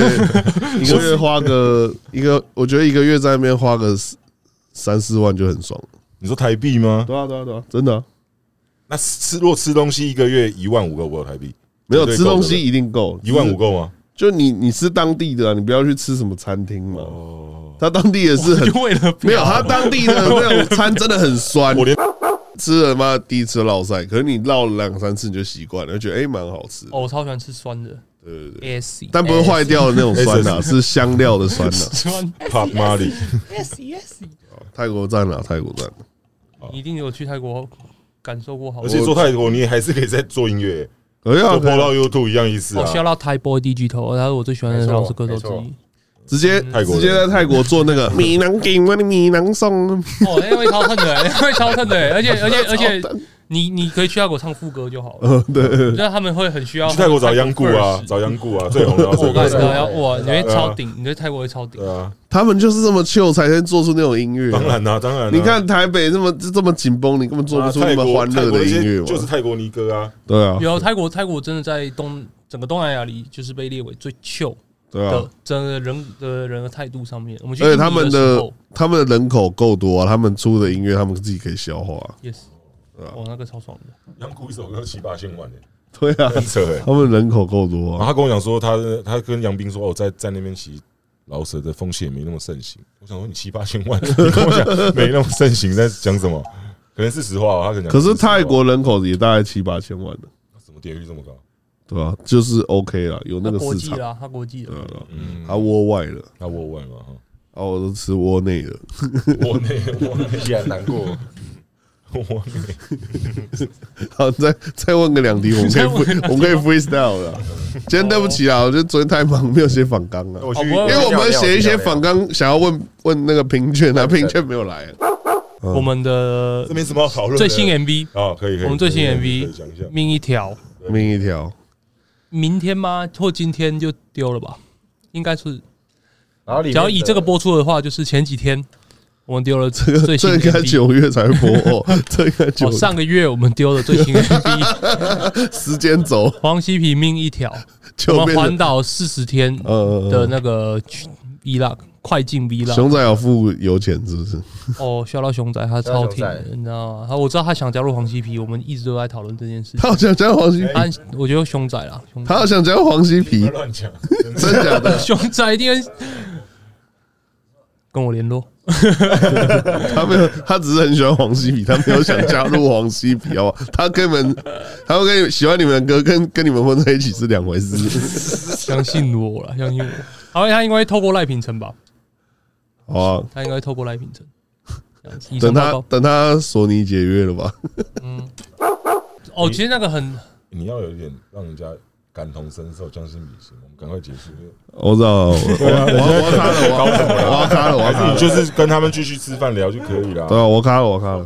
一个月花个一个，我觉得一个月在那边花个四三四万就很爽了。
你说台币吗？
对啊对啊对啊，真的啊、
那吃如果吃东西一个月一万五够不够台币？
没有
绝对
吃
够
东
的
西一定够，
一万五够吗？
就你你吃当地的、啊，你不要去吃什么餐厅嘛。
哦，
他当地也是很
就为了
没有，他当地的那种餐真的很酸。
我连
吃了妈第一次落塞，可是你绕了两三次你就习惯了，就觉得哎蛮、好吃的。
哦，我超喜欢吃酸的
对对对，
A S C，哎
但不是坏掉的那种酸呐、
哎
是香料的酸呐、
酸
Pop Money，
泰国站啦、泰国站，
你一定有去泰国感受过好
而。且做泰国你也还是可以再做音乐，
哎呀、
就抛到 YouTube 一样意思
我
啊。
笑到哦 Thai Boy Digital，他是我最喜欢的饶舌歌手之
没
一。
直接
嗯泰国
直接在泰国做 那个米囊给我的米囊送，
哦，那会超疼 的，那会超疼的，而且而且而且，你你可以去泰国唱副歌就好了。
嗯对，
就是他们会很需哦要
去泰国找央固啊
verse，
找央固啊，最红的啊
我
最
告
高
诉
的
你，
啊。
要哇，你会
对啊
超顶，你在泰国会超顶
对。啊，
他们就是这么秀才能做出那种音乐、
当，然啦、当然、啊。
你看台北这么这么紧绷，你根本做不出那
泰
么
国
欢乐
泰国
的
那些
音乐嘛。
就是泰国尼哥啊，
对啊，
有泰国，泰国真的在东整个东南亚里，就是被列为最 chill
对啊
的，，整个人的人的态度上面。我们去
而且
印尼
他们
的时
的
候
他们的人口够多啊，他们出的音乐他们自己可以消化啊、
，yes，
对啊
哦，那个超爽的。
杨谷一首歌七八千万的，
对啊，
很扯哎、
他们人口够多
然后
啊，
他跟我讲说他，他跟杨斌说，哦，在在那边骑老舍的风气也没那么盛行。我想说，你七八千万，你跟我讲没那么盛行，在讲什么？可能是实话、哦，他可能讲
可是
实话
泰国人口也大概七八千万的，
怎么点击率这么高？
对吧、就是 OK 啦，有那
他
个
国
市
际
场，
啦，他国际的
对，啊对啊，
嗯，
啊窝外的，
那我问嘛哈，
啊我都吃窝内的，
我那我那
依然难过。
我那
好，再 再问哦个两题，我们可以 free- 我们可以 freestyle 了。今天对不起啊，我觉得昨天太忙，没有写访纲啊。
我
去
去，
因
因为我们写一些反纲，想要问问那个评卷啊，评卷没有来。嗯
我们的
这没什么好讨论的。
最新 MV
啊，可以可以，
我们最新
可以
MV
可以讲一下。
命一条，
命一条，
明天吗？或今天就丢了吧？应该是，
然后
只要以这个播出的话，就是前几天我们丢了最
这
最新
这
的
应该
MV。
九月才会播 哦，这应该九
哦，上个月我们丢的最新 的 MV
时间轴
黄西皮命 一条，
就
我们
变
环
成
岛四十天的
呃，
那个 vlog 快进 vlog。
熊仔有付油钱是不是？
哦，笑到熊仔他超挺
笑到
的
熊，
你知道吗？他我知道他想加入黄西皮，我们一直都在讨论这件事情。
他好想加黄西，
他我觉得熊仔啦，熊
他
仔
好想加黄西
不
皮
要，乱讲，
真假的？
熊仔一定很跟我联络。
他没有，他只是很喜欢黄西皮，他没有想加入黄西皮，好吧？他跟你们， 他会跟你喜欢你们的歌，跟跟你们混在一起是两回事。
相信我 啦，相信我。好，他应该会透过赖品成吧？
好啊，
他应该会透过赖品成。这样子以上
等
报
他
告
等他索尼解约了吧？
哦，其实那个很
你要有一点让人家感同身受，将心比心。我们赶快结束，因为
我知道，我我我我卡了，我要我要卡了，我要卡
还是
了，啊
你就是跟他们继续吃饭聊就可以啦。
对啊，我卡了，我卡了。